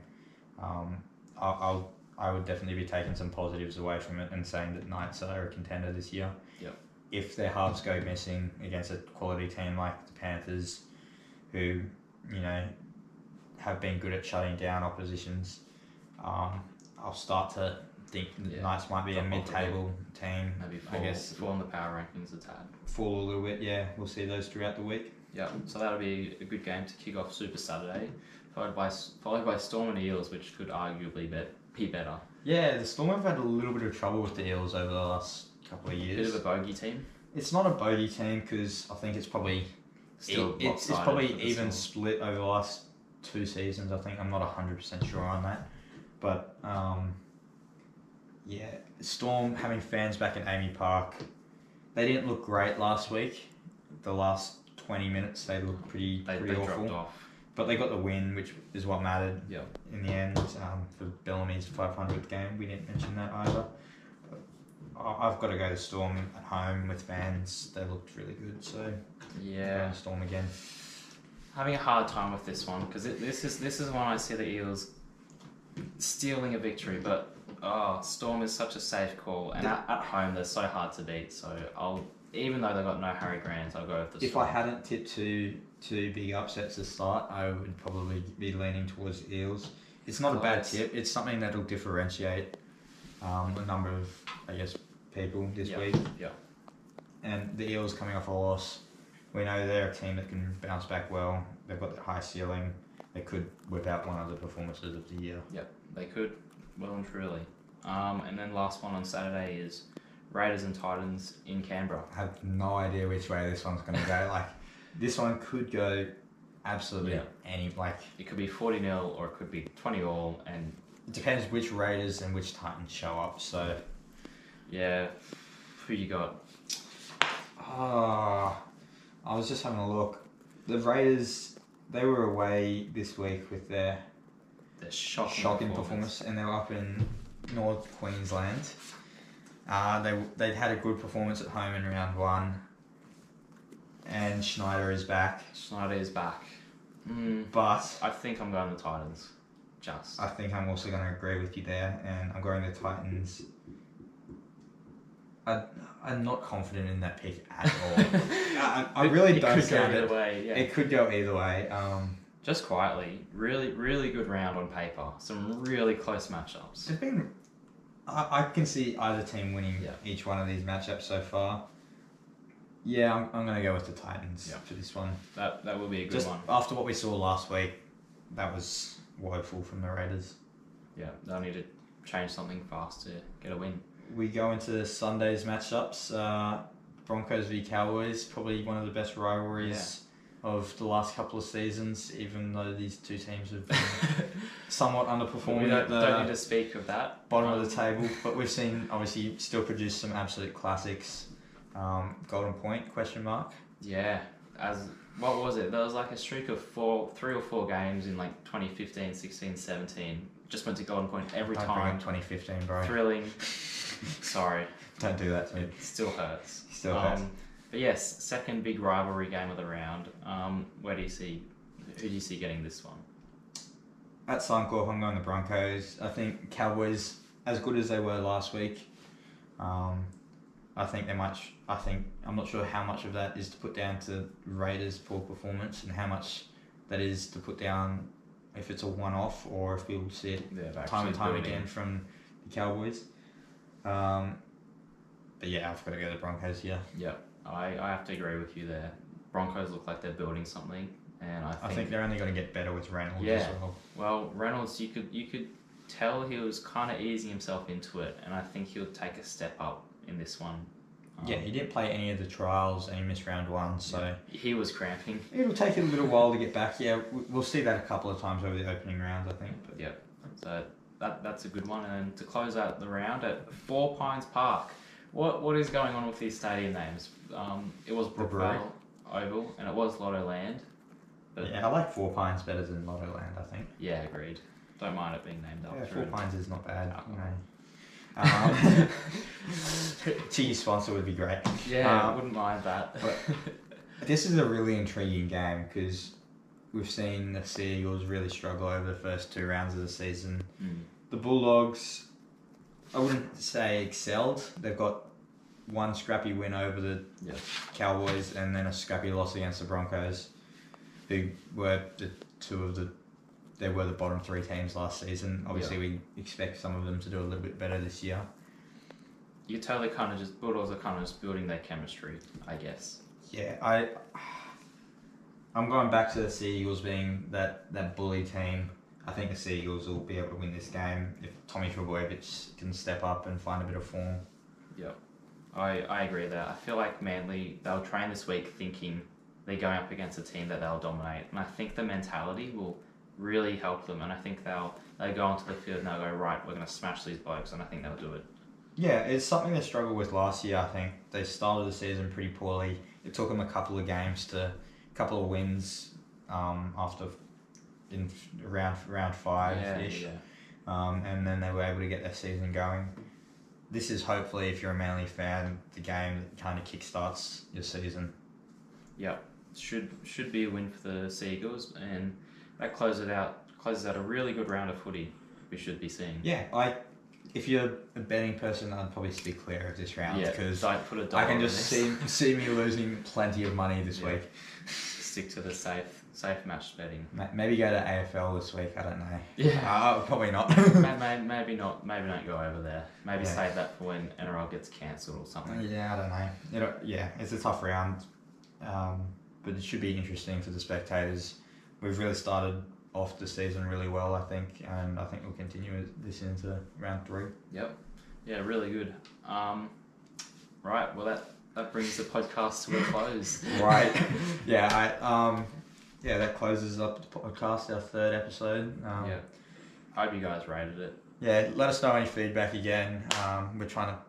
[SPEAKER 1] Um, I, I'll I would definitely be taking some positives away from it and saying that Knights are a contender this year.
[SPEAKER 2] Yeah.
[SPEAKER 1] If their halves go missing against a quality team like the Panthers, who you know have been good at shutting down oppositions, um, I'll start to think that
[SPEAKER 2] Yeah.
[SPEAKER 1] Knights might be a
[SPEAKER 2] Drop off a bit.
[SPEAKER 1] mid-table team.
[SPEAKER 2] Maybe
[SPEAKER 1] I
[SPEAKER 2] fall,
[SPEAKER 1] guess
[SPEAKER 2] fall in the power rankings a tad.
[SPEAKER 1] fall a little bit. Yeah, we'll see those throughout the week.
[SPEAKER 2] Yeah, so that'll be a good game to kick off Super Saturday, followed by followed by Storm and Eels, which could arguably be, be better.
[SPEAKER 1] Yeah, the Storm have had a little bit of trouble with the Eels over the last couple of
[SPEAKER 2] Bit
[SPEAKER 1] years.
[SPEAKER 2] of a bogey team.
[SPEAKER 1] It's not a bogey team because I think it's probably
[SPEAKER 2] Still,
[SPEAKER 1] it- it's, it's
[SPEAKER 2] lopsided
[SPEAKER 1] probably
[SPEAKER 2] for the
[SPEAKER 1] even
[SPEAKER 2] Storm.
[SPEAKER 1] split over the last two seasons. I think I'm not hundred percent sure on that, but um, yeah, Storm having fans back in Amy Park, they didn't look great last week. The last twenty minutes they looked pretty
[SPEAKER 2] They,
[SPEAKER 1] pretty
[SPEAKER 2] they dropped
[SPEAKER 1] awful,
[SPEAKER 2] off.
[SPEAKER 1] but they got the win, which is what mattered.
[SPEAKER 2] Yeah.
[SPEAKER 1] In the end, um, for Bellamy's five hundredth game, we didn't mention that either. I- I've got to go to Storm at home with fans. They looked really good, so
[SPEAKER 2] Yeah.
[SPEAKER 1] going to Storm again.
[SPEAKER 2] having a hard time with this one because this is this is one I see the Eels stealing a victory, but Oh, Storm is such a safe call, and at, at home they're so hard to beat. So I'll, even though they got no Harry Grant, I'll go with the
[SPEAKER 1] If I
[SPEAKER 2] Storm.
[SPEAKER 1] hadn't tipped two two big upsets to start, I would probably be leaning towards the Eels. It's not a bad
[SPEAKER 2] Close.
[SPEAKER 1] tip. It's something that'll differentiate um, a number of, I guess, people this
[SPEAKER 2] Yeah.
[SPEAKER 1] week.
[SPEAKER 2] Yeah.
[SPEAKER 1] And the Eels coming off a loss, we know they're a team that can bounce back well. They've got the high ceiling. They could whip out one of the performances of the year.
[SPEAKER 2] They could, well and truly. Um, and then last one on Saturday is Raiders and Titans in Canberra.
[SPEAKER 1] I have no idea which way this one's going to go. like, this one could go absolutely
[SPEAKER 2] Yeah.
[SPEAKER 1] any. Like,
[SPEAKER 2] It could be 40 nil or it could be 20 all, and
[SPEAKER 1] it depends which Raiders and which Titans show up. So,
[SPEAKER 2] yeah, who you got?
[SPEAKER 1] ah, I was just having a look. The Raiders, they were away this week with their
[SPEAKER 2] The shocking,
[SPEAKER 1] shocking performance, and they were up in North Queensland. Uh, they they'd had a good performance at home in round one, and Schneider is back.
[SPEAKER 2] Schneider is back. Hmm.
[SPEAKER 1] But
[SPEAKER 2] I think I'm going the Titans. Just.
[SPEAKER 1] I think I'm also going to agree with you there, and I'm going the Titans. I, I'm not confident in that pick at all. I, I I really
[SPEAKER 2] It
[SPEAKER 1] don't
[SPEAKER 2] could go
[SPEAKER 1] sound
[SPEAKER 2] either
[SPEAKER 1] it.
[SPEAKER 2] way, yeah.
[SPEAKER 1] It could go either way. Um,
[SPEAKER 2] Just quietly, really, really good round on paper. Some really close matchups.
[SPEAKER 1] there's been, I, I can see either team winning
[SPEAKER 2] Yeah.
[SPEAKER 1] each one of these matchups so far. Yeah, I'm, I'm going to go with the Titans
[SPEAKER 2] Yeah.
[SPEAKER 1] for this one.
[SPEAKER 2] That that will be a good
[SPEAKER 1] Just
[SPEAKER 2] one.
[SPEAKER 1] after what we saw last week, that was woeful from the Raiders.
[SPEAKER 2] Yeah, they'll need to change something fast to get a win.
[SPEAKER 1] We go into Sunday's matchups. Uh, Broncos v Cowboys, probably one of the best rivalries of the last couple of seasons. Even though these two teams have been somewhat
[SPEAKER 2] we
[SPEAKER 1] underperforming
[SPEAKER 2] don't,
[SPEAKER 1] at the
[SPEAKER 2] don't need to speak of that.
[SPEAKER 1] bottom of the table, but we've seen obviously still produce some absolute classics. Um, Golden Point question mark.
[SPEAKER 2] Yeah, as what was it? There was like a streak of four, three or four games in like 2015, 16, 17. Just went to Golden Point every
[SPEAKER 1] Don't
[SPEAKER 2] time.
[SPEAKER 1] bring up 2015, bro.
[SPEAKER 2] Thrilling. Sorry,
[SPEAKER 1] Don't do that to me.
[SPEAKER 2] it still hurts.
[SPEAKER 1] Still hurts.
[SPEAKER 2] Um, but yes, second big rivalry game of the round. Um, where do you see? Who do you see getting this one?
[SPEAKER 1] At Suncorp, I'm going the Broncos. I think Cowboys, as good as they were last week, um, I think they might. sh- I think I'm not sure how much of that is to put down to Raiders' poor performance and how much that is to put down if it's a one-off or if we'll see it
[SPEAKER 2] Yeah,
[SPEAKER 1] time and time again from the Cowboys. Um, but yeah, I've got to go the Broncos here.
[SPEAKER 2] I, I have to agree with you there. Broncos look like they're building something, and I think,
[SPEAKER 1] I think they're only going to get better with Reynolds as
[SPEAKER 2] Yeah.
[SPEAKER 1] well.
[SPEAKER 2] well Reynolds, you could you could tell he was kind of easing himself into it, and I think he'll take a step up in this one. Um,
[SPEAKER 1] yeah, he didn't play any of the trials and he missed round one, so.
[SPEAKER 2] he was cramping.
[SPEAKER 1] It'll take it a little while to get back. Yeah, we- we'll see that a couple of times over the opening rounds, I think. But
[SPEAKER 2] Yeah, so that that's a good one. And to close out the round at Four Pines Park, what what is going on with these stadium names? Um, it was
[SPEAKER 1] The brewery.
[SPEAKER 2] Brookvale Oval, and it was Lotto Land. But yeah,
[SPEAKER 1] yeah, I like Four Pines better than Lotto Land, I think.
[SPEAKER 2] agreed. Don't mind it being named
[SPEAKER 1] Yeah,
[SPEAKER 2] after.
[SPEAKER 1] Four
[SPEAKER 2] it.
[SPEAKER 1] Pines is not bad. You know.
[SPEAKER 2] Um,
[SPEAKER 1] um, cheese sponsor would be great.
[SPEAKER 2] yeah,
[SPEAKER 1] Um,
[SPEAKER 2] I wouldn't mind that.
[SPEAKER 1] but- This is a really intriguing game because we've seen the Sea Eagles really struggle over the first two rounds of the season.
[SPEAKER 2] Mm.
[SPEAKER 1] The Bulldogs, I wouldn't say excelled. They've got one scrappy win over the
[SPEAKER 2] Yeah.
[SPEAKER 1] Cowboys and then a scrappy loss against the Broncos, who were the two of the. They were the bottom three teams last season. Obviously, we expect some of them to do a little bit better this year.
[SPEAKER 2] You tell they're kind of just Bulldogs are kind of just building their chemistry, I guess.
[SPEAKER 1] Yeah, I. I'm going back to the Sea Eagles being that that bully team. I think the Sea Eagles will be able to win this game if Tommy Trebojevic can step up and find a bit of form.
[SPEAKER 2] I, I agree there. I feel like Manly they'll train this week thinking they're going up against a team that they'll dominate, and I think the mentality will really help them. And I think they'll they go onto the field and they'll go right, we're gonna smash these blokes, and I think they'll do it.
[SPEAKER 1] Yeah, it's something they struggled with last year. I think they started the season pretty poorly. It took them a couple of games to, a couple of wins, um, after, in round round five ish, um, and then they were able to get their season going. This is hopefully, if you're a Manly fan, the game that kind of kickstarts your season.
[SPEAKER 2] should should be a win for the Seagulls, and that closes out closes out a really good round of footy we should be seeing.
[SPEAKER 1] Yeah, I if you're a betting person, I'd probably stay clear of this round
[SPEAKER 2] yeah,
[SPEAKER 1] because
[SPEAKER 2] don't put a dollar
[SPEAKER 1] I can
[SPEAKER 2] on
[SPEAKER 1] just
[SPEAKER 2] this.
[SPEAKER 1] see see me losing plenty of money this
[SPEAKER 2] Yeah.
[SPEAKER 1] week.
[SPEAKER 2] Stick to the safe safe match betting.
[SPEAKER 1] Ma- Maybe go to AFL this week. I don't know.
[SPEAKER 2] Yeah.
[SPEAKER 1] Uh, probably not.
[SPEAKER 2] May- may- maybe not. Maybe don't go over there. Maybe
[SPEAKER 1] Yeah. Mm.
[SPEAKER 2] save that for when NRL gets cancelled or something.
[SPEAKER 1] Uh, yeah, I don't know. You know. Yeah, it's a tough round, um, but it should be interesting for the spectators. We've really started off the season really well, I think, and I think we'll continue this into round three.
[SPEAKER 2] Yep. Yeah, really good. Um, right. Well, that that brings the podcast to a close.
[SPEAKER 1] Right. yeah. I, um, yeah. That closes up the podcast. Our third episode. Um,
[SPEAKER 2] yeah. Hope you guys rated it.
[SPEAKER 1] yeah, Let us know any feedback again. Um, we're trying to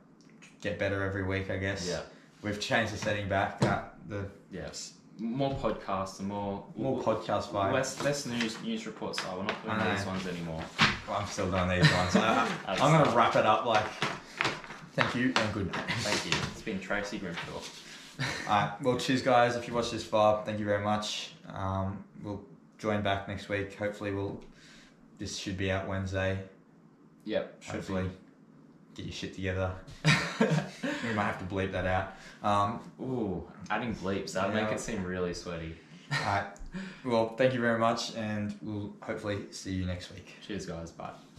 [SPEAKER 1] get better every week, I guess.
[SPEAKER 2] Yeah.
[SPEAKER 1] We've changed the setting back. Uh, the
[SPEAKER 2] Yes. More podcasts and more
[SPEAKER 1] more podcast vibe.
[SPEAKER 2] less less news news reports. Oh, we're not doing
[SPEAKER 1] I know.
[SPEAKER 2] these ones anymore.
[SPEAKER 1] Well, I'm still doing these ones. I,
[SPEAKER 2] I've
[SPEAKER 1] I'm gonna
[SPEAKER 2] stopped.
[SPEAKER 1] wrap it up. Like, thank you and good night.
[SPEAKER 2] Thank you. It's been Tracy Grimshaw.
[SPEAKER 1] Alright, well, cheers, guys. If you watched this far, thank you very much. Um, we'll join back next week. Hopefully, we'll. This should be out Wednesday.
[SPEAKER 2] Yep. should be.
[SPEAKER 1] Hopefully, get your shit together. We might have to bleep that out. Um,
[SPEAKER 2] Ooh, adding bleeps. That'd
[SPEAKER 1] Yeah.
[SPEAKER 2] make it seem really sweaty.
[SPEAKER 1] alright. Well, thank you very much, and we'll hopefully see you next week.
[SPEAKER 2] Cheers, guys. Bye.